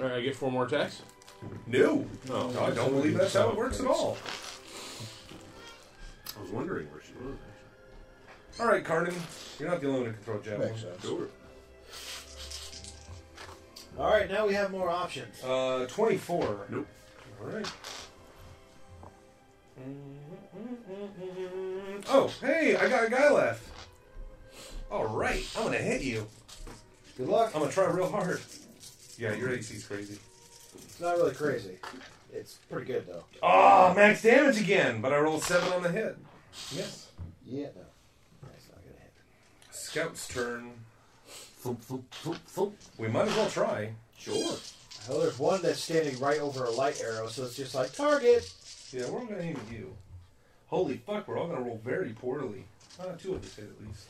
All right, I get four more attacks.
No.
No,
I don't believe that's how it works at all.
I was wondering where she was. actually.
All right, Carnan, you're not the only one who can throw javelin.
Makes sense. Sure. All right, now we have more options.
Uh, 24.
Nope.
All right. Oh, hey, I got a guy left. All right, I'm gonna hit you.
Good luck.
I'm gonna try real hard. Yeah, your AC's crazy.
It's not really crazy. It's pretty good though.
Oh, max damage again, but I rolled seven on the hit. Yes.
Yeah, no. That's not gonna hit.
Scout's turn.
Floop, floop, floop, floop.
We might as well try.
Sure.
Well, Oh, there's one that's standing right over a light arrow, so it's just like target.
Yeah, we're all gonna aim at you. Holy fuck, we're all gonna roll very poorly. Uh, two of us hit at least.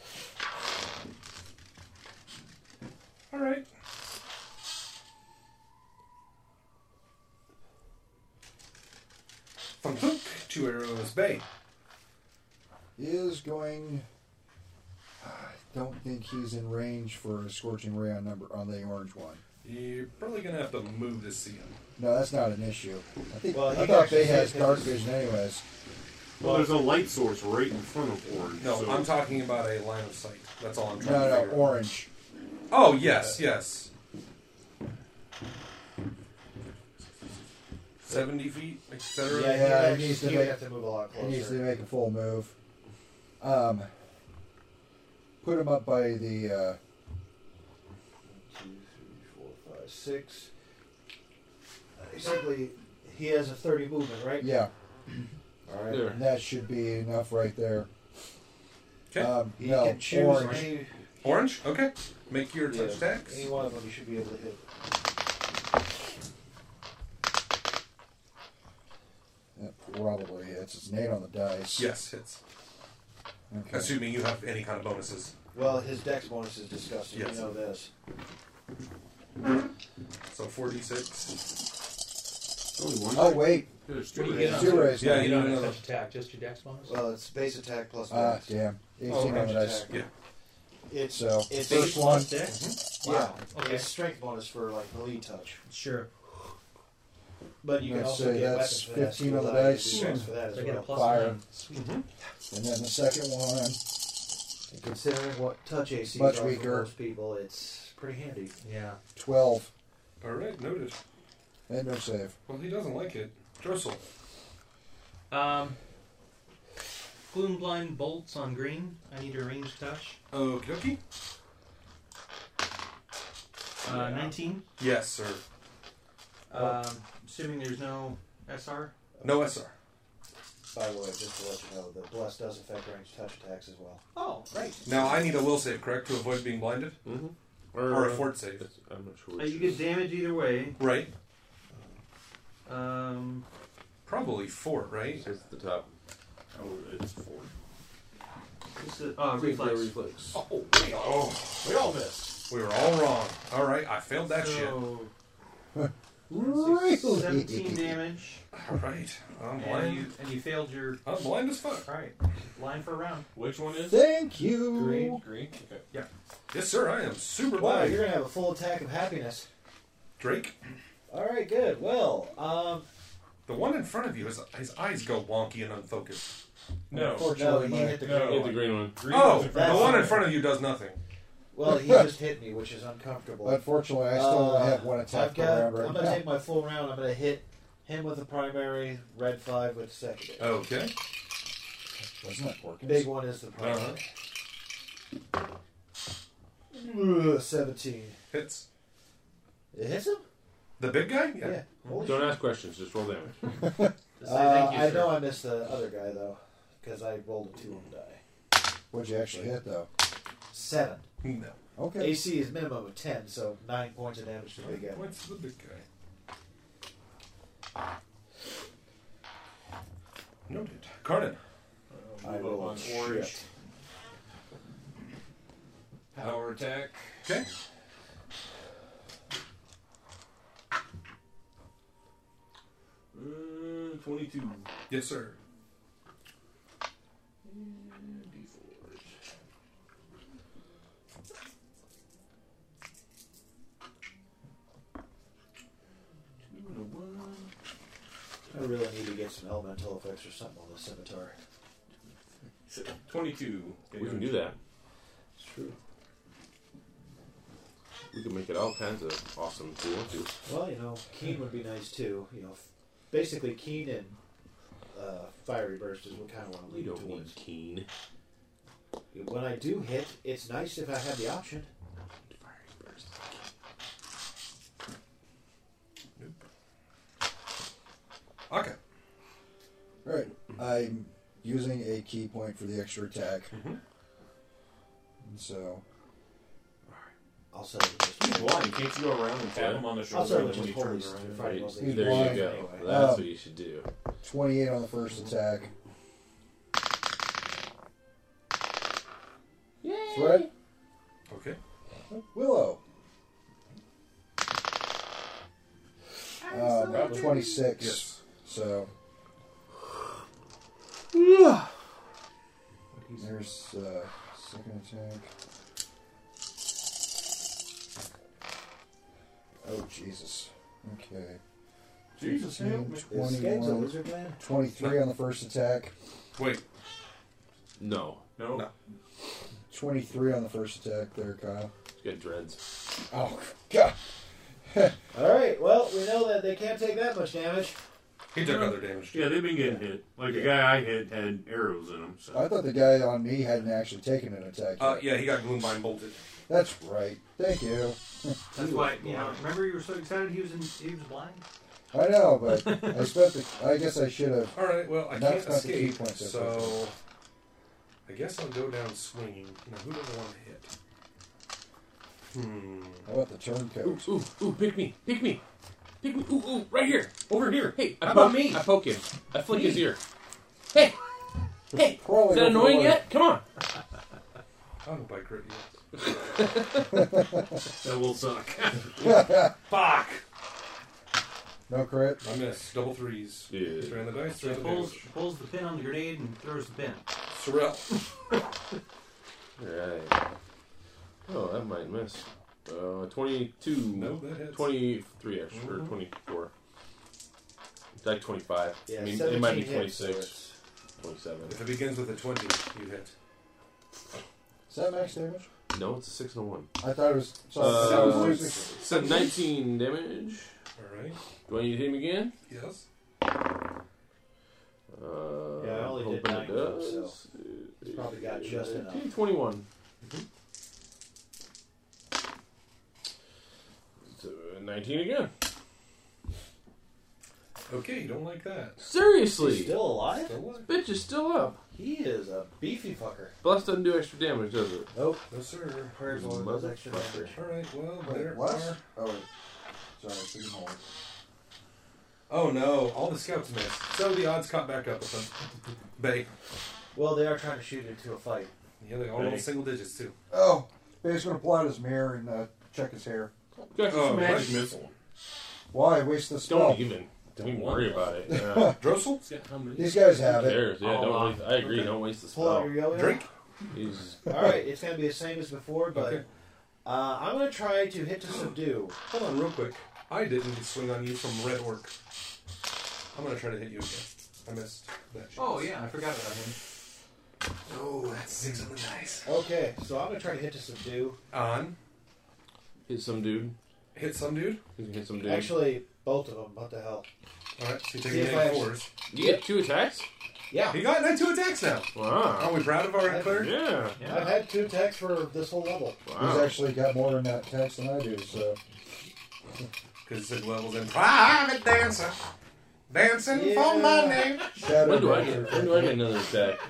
All right. From Hook, two arrows bay.
Is going. I don't think he's in range for a scorching ray on number on the orange one.
You're probably gonna have to move to see him.
No, that's not an issue. I think
Well,
I
he
thought
actually
they had
said
dark
his-
vision anyways.
Well, there's a light source right in front of Orange.
No,
so
I'm talking about a line of sight. That's all I'm
No,
trying to
no,
figure out.
orange.
Oh yes, yes. Seventy feet, etc.
Yeah, he'd
Yeah, it
actually-
needs to
he'd
make-
have to move a lot
He needs to
closer.
make a full move. Um, put him up by the. Uh,
Two, three, four, five, six. Uh, Basically, he has a 30 movement, right?
uh, yeah,
All right.
There.
that should be enough right there.
'Kay.
Um,
He
no,
can choose
orange.
any,
Orange. Okay. Make your touch
yeah,
attacks.
any one of them. You should be able to hit.
That probably hits. It's an eight on the dice.
Yes, hits.
Okay.
Assuming you have any kind of bonuses.
Well, his dex bonus is disgusting.
Yes.
You know this.
So forty-six.
Only one.
Oh wait,
There's
What
two
do
rays.
you get? Two rays.
Yeah, you
no,
don't
no,
know.
no.
the-
attack, just your dex bonus?
Well, it's base attack plus.
Ah,
dex.
damage. damn.
Oh,
18 on the
range
dice.
attack.
Yeah.
It's
So,
it's
first
first
one.
one. Mm-hmm.
Mhm.
Yeah.
Wow. Okay.
It's strength bonus for like the lead touch.
Sure.
But you can
Let's
also
say
get
that's
weapons for that.
15 on the
allow you to
dice.
do checks for that as
So I get a
well.
plus
Fire.
nine. Sweet.
Mm-hmm.
And then the second one.
And considering what touch AC
Much
are for
weaker.
most people, it's pretty handy.
Yeah.
12.
All right, noted.
And no save.
Well, he doesn't like it. Drossel.
Um, gloom blind bolts on green. I need a range touch.
Okie dokie.
Uh, 19.
Yes, sir. Oh.
Um, assuming there's no SR.
No SR.
By the way, just to let you know, the bless does affect range touch attacks as well.
Oh, right.
Now I need a will save, correct, to avoid being blinded,
Mm-hmm.
or a fort save.
That's- I'm not sure.
Uh,
which
you
it
get
is.
damage either way.
Right.
Um,
Probably fort, right?
It's the top.
Oh, it's four.
this is, uh, reflex.
reflex.
Oh, we all, we all missed. We were all wrong. All right, I failed that shit. All
so,
Really?
17 damage.
right, I'm
And you,
blind.
and you failed your.
I'm blind as fuck.
Alright. Line for a round.
Which one is?
Thank you.
Green. Green. Okay.
Yes, sir. I am super
Wow,
blind.
you're gonna have a full attack of happiness.
Drake,
All right, good. Well, um,
the one in front of you, his, his eyes go wonky and unfocused.
No.
no,
Unfortunately,
he
my-
hit the
No.
ground.
Hit the green one.
Green
Oh,
is in
the
front of
that's-
one in front of you does nothing.
Well, he just hit me, which is uncomfortable.
Unfortunately, I still only
Uh,
have one attack
I've
per
got,
round
I'm
right
gonna take
now.
my full round. I'm gonna hit him with the primary, red five with the secondary.
Okay.
That's not working.
Big one is the primary. Ugh, Seventeen.
Hits
It hits him.
the big guy.
Yeah.
Yeah.
Holy
Don't
shit.
ask questions. Just roll damage.
Just say
Uh,
thank you,
I
sir.
know I missed the other guy though, because I rolled a two on the die.
What'd you actually hit, though?
Seven.
No.
Okay.
AC is minimum of ten, so nine points of damage to the big guy.
What's the big guy? Noted. Carnan.
I roll
on
shit.
orange. Power attack.
Okay.
Uh, Twenty-two.
Yes, sir.
Two and a one.
I really need to get some elemental effects or something on this scimitar.
Twenty-two.
We can do that. It's true. We can make it all kinds of awesome if we want to.
Well, you know, Keen would be nice too. You know, basically Keen and uh, Fiery Burst is what kind of want to
We
lead
don't need
towards.
keen.
When I do hit, it's nice if I had the option.
Okay.
All right. I'm using a key point for the extra attack.
Mm-hmm.
So.
I'll settle with this.
Why? Can't you go around and tap
Yeah.
him on the
I'll
shoulder
settle
when
with
you
this
turn
holy
around?
fire.
Right.
He's
There
blind
you go.
anyway.
That's
Um,
what you should do.
28 on the first attack. Threat.
Okay.
Willow. Uh, 26. So. There's uh, second attack. Oh, Jesus. Okay.
Jesus,
15,
help me. Is Skeggs a
21,
lizard man?
23 on the first attack.
Wait.
No.
No.
23 on the first attack there, Kyle.
It's got dreads.
Oh, God.
All right. Well, we know that they can't take that much damage.
He took other damage.
Yeah, they've been getting hit. Like the guy I hit had arrows in him. So
I thought the guy on me hadn't actually taken an attack.
Uh,
yet.
yeah, he got Gloombine bolted.
That's right. Thank you.
That's why. You know, remember you were so excited he was in, he was blind.
I know, but I spent the. I guess I should have.
All right. Well, I
not
can't
spent the key
escape,
points. I put.
so I guess I'll go down swinging. Now, who do I want to hit? Hmm.
How about the turncoat?
Ooh, ooh, pick me, pick me, pick me. Ooh, ooh, right here, over here. Hey, I
How
poke,
about me?
I poke him. I flick his
Me?
ear. Hey, hey.
Probably
Is that
go
annoying
for
yet? Come on.
I don't know if I crit yet.
that will suck.
Fuck!
No crit.
I missed. Double threes.
Yeah.
Three on the dice, three
So
on
he
the
pulls,
damage.
pulls the pin on the grenade and throws the pin.
Sorrel.
Right. Oh, that might miss. Uh, 22.
No, that hits.
23 actually, or 24. It's like 25.
Yeah,
I mean, it might be
17 hits.
26. 27.
If it begins with a 20, you hit.
Is that max damage?
No, it's a 6 and a 1.
I thought it was. Sorry.
Uh,
Excuse me.
so 19 damage.
Alright.
Do I need to hit him again?
Yes.
Uh,
Yeah, I only did
hoping it
nine, though,
does.
so it's probably got just
Uh,
enough.
21. So, 19 again.
Okay, you don't like that.
Seriously!
He's still alive?
Still alive.
Bitch is still up.
He is a beefy fucker.
Blast doesn't do extra damage, does it?
Nope.
No, sir.
Prayers one does extra damage.
Alright, well,
Wait,
there
what?
are.
Oh, wait. Sorry, it's in hold.
Oh no, all the scouts missed. So the odds caught back up with them. Bay.
Well, they are trying to shoot into a fight.
Yeah, they all rolled
Bay.
single digits too.
Oh, he's gonna pull out his mirror and uh, check his hair.
Got
Oh,
some magic
right.
missile.
Why waste the spell?
Don't even. Don't even worry about it. Yeah.
Drossel?
Yeah, how many?
These guys
Who
have it.
cares? Yeah,
All
don't
on.
waste, I agree. Don't waste the
Pull out
spell.
your yo-yo.
Drink?
He's
All right, it's going to be the same as before, but
Okay.
uh, I'm going to try to hit to subdue.
Hold on, real quick. I didn't swing on you from Red Orc. I'm gonna try to hit you again. I missed that. Chance.
Oh yeah, I forgot about him.
Oh, that's six on the dice.
Okay, so I'm going to try to hit to subdue.
On.
hit some dude.
Hit some dude.
He's gonna hit some dude.
Actually, both of them. What the hell?
Alright, so you
See
take
if
the
I-
fours.
you get two attacks.
Yeah,
He got no two attacks now. Are
Wow.
we proud of our cleric?
Yeah.
I've had two attacks for this whole level.
He's
Wow.
actually got more than that text than I do, so.
Because it said levels in. Ah, I'm a dancer. Dancing for
Yeah.
money.
Shadow
When do I
Dagger.
get? When do I get another attack?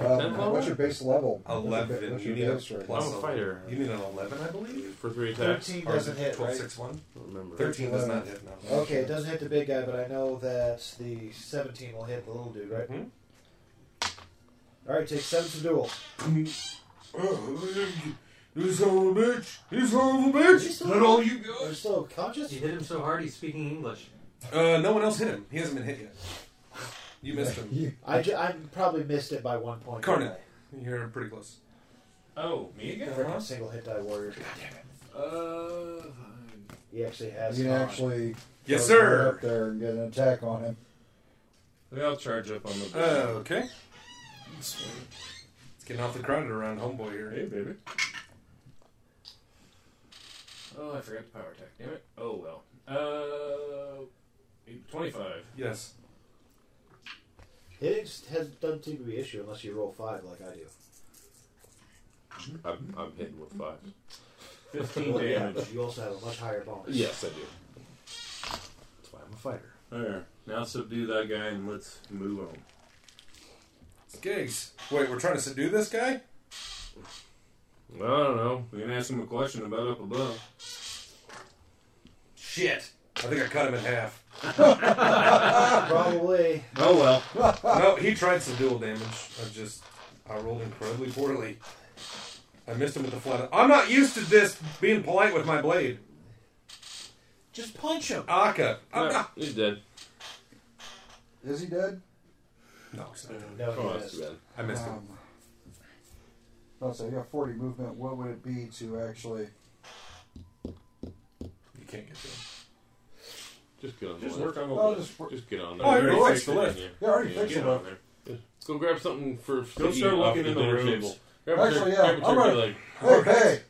Um, what's your base level? What's your-
Eleven.
what's
You
your
need a
base rate?
plus.
I'm a
ele-
fighter.
You need an eleven, I believe.
For three attacks.
13
Or is
doesn't
it
hit,
12,
right?
6, 1?
I don't remember.
13 does not hit now.
Okay, it doesn't hit the big guy, but I know that the 17 will hit the little dude, right?
Mhm.
All right, take seven subdual.
Uh, You son of a bitch! You son of a bitch! Let all you go!
You're still conscious?
You hit him so hard he's speaking English.
Uh, no one else hit him. He hasn't been hit yet. You missed him.
You-
I, ju- I probably missed it by one point.
Carnage. You're pretty close.
Oh, me again?
Uh-huh.
Freaking single hit die warrior. God damn it.
Uh,
He actually has.
you can
con.
actually
Yes,
go
sir.
up there and get an attack on him.
Uh,
Maybe I'll charge up on the.
Okay.
It's
getting awfully crowded around homeboy here.
Hey, baby.
Oh, I forgot the power attack. Damn it. Oh well. Uh, eight- twenty-five.
Yes.
Hitting has doesn't seem to be an issue unless you roll five like I do.
I'm, I'm hitting with five.
Oh,
Well, yeah, but you also have a much higher bonus.
Yes, I do. That's why I'm a fighter.
There. Now subdue that guy and let's move on.
Gigs. Wait, we're trying to subdue this guy?
I don't know. We can ask him a question about up above.
Shit. I think I cut him in half.
Probably.
Oh well. no, he tried some dual damage. I just I rolled incredibly poorly. I missed him with the flat. I'm not used to this being polite with my blade.
Just punch him.
Aka. I'm
No,
not-
he's dead.
Is he dead?
No, he's not.
No,
Oh,
he
that's
missed.
too bad.
I missed him.
Um, I'll say you got 40 movement. What would it be to actually?
You can't get to him.
Just get on
Just
the
work
left.
on the
Oh,
left.
just work-
Just get on
Oh, I
there.
already fixed the left.
Yeah.
Yeah, I already fixed
get
the
on there. Let's go grab something for.
Go
to
start
eat off
looking in the
dinner
rooms.
table. Grab a
Actually,
tur-
yeah.
grab a
I'm
turkey
ready.
leg.
Hey, hey,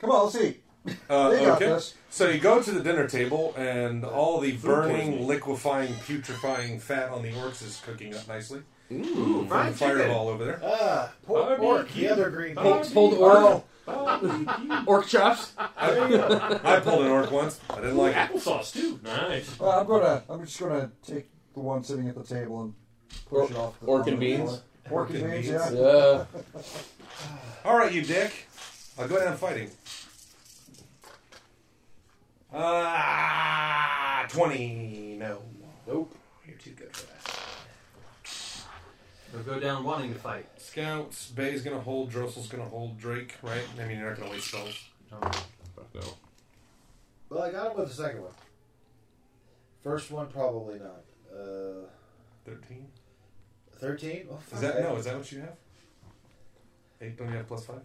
come on, let's eat.
Uh,
They got
okay.
this.
So you go to the dinner table, and all the burning,
poisoning.
liquefying, putrefying fat on the orcs is cooking up nicely.
Ooh,
From the
fried chicken.
fireball over there.
Ah, pork, pork, the other green
Pulled-
thing.
pulled
Oh,
Orc chops.
I pulled an orc once. I didn't like it.
Applesauce too. Nice.
Uh, I'm gonna. I'm just gonna take the one sitting at the table and push it off. The
Orc and
onto the
beans?
floor. Orc and beans. Yeah.
Yeah.
All right, you dick. I'll go down fighting. Ah, twenty. No.
Nope.
You're too good for that.
They'll go down wanting to fight.
Scouts. Bay's gonna hold. Drossel's gonna hold. Drake. Right. I mean, you're not gonna waste spells.
Fuck no.
Well, I got him with the second one. First one, probably not. Uh,
Thirteen.
13? Oh,
Is
fuck,
that
I-
no? Is that what you have? Eight. Don't you have plus five?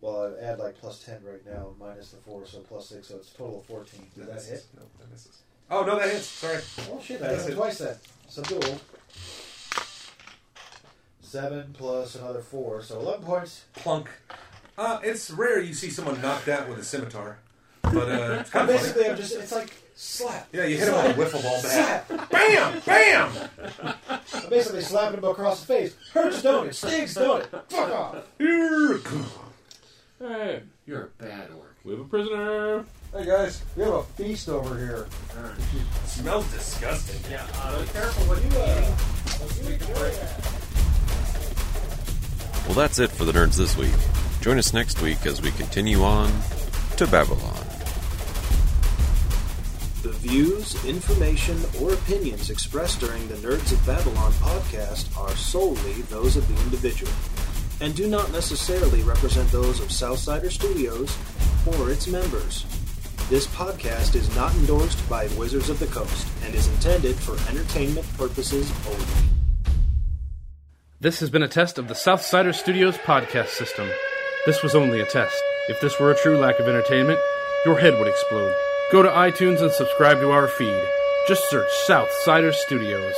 Well, I add like plus 10 right now, minus the 4, so plus 6, so it's a total of 14. Did that
misses.
hit?
No, that misses. Oh no, that hits. Sorry.
Oh shit,
That
I hit
hit.
twice that. So dual. 7 plus another 4, so 11 points.
Plunk. Uh, it's rare you see someone knocked out with a scimitar, but uh, it's
I'm
kind of funny.
basically, I'm just, it's like slap.
Yeah, you hit him with a wiffle ball bat.
Slap!
Bam! Bam!
I'm basically slapping him across the face. Hurts, don't it? Stings, don't it? Fuck off!
All right.
You're a bad orc.
We have a prisoner.
Hey guys, we have a feast over here.
smells disgusting.
Yeah, uh, be careful what you
Well, that's it for the nerds this week. Join us next week as we continue on to Babylon.
The views, information,
or opinions expressed during the Nerds of Babylon podcast are solely those of the individual and do not necessarily represent those of Southsider Studios or its members. This podcast is not endorsed by Wizards of the Coast and is intended for entertainment purposes only.
This has been a test of the Southsider Studios podcast system. This was only a test. If this were a true lack of entertainment, your head would explode. Go to iTunes and subscribe to our feed. Just search Southsider Studios.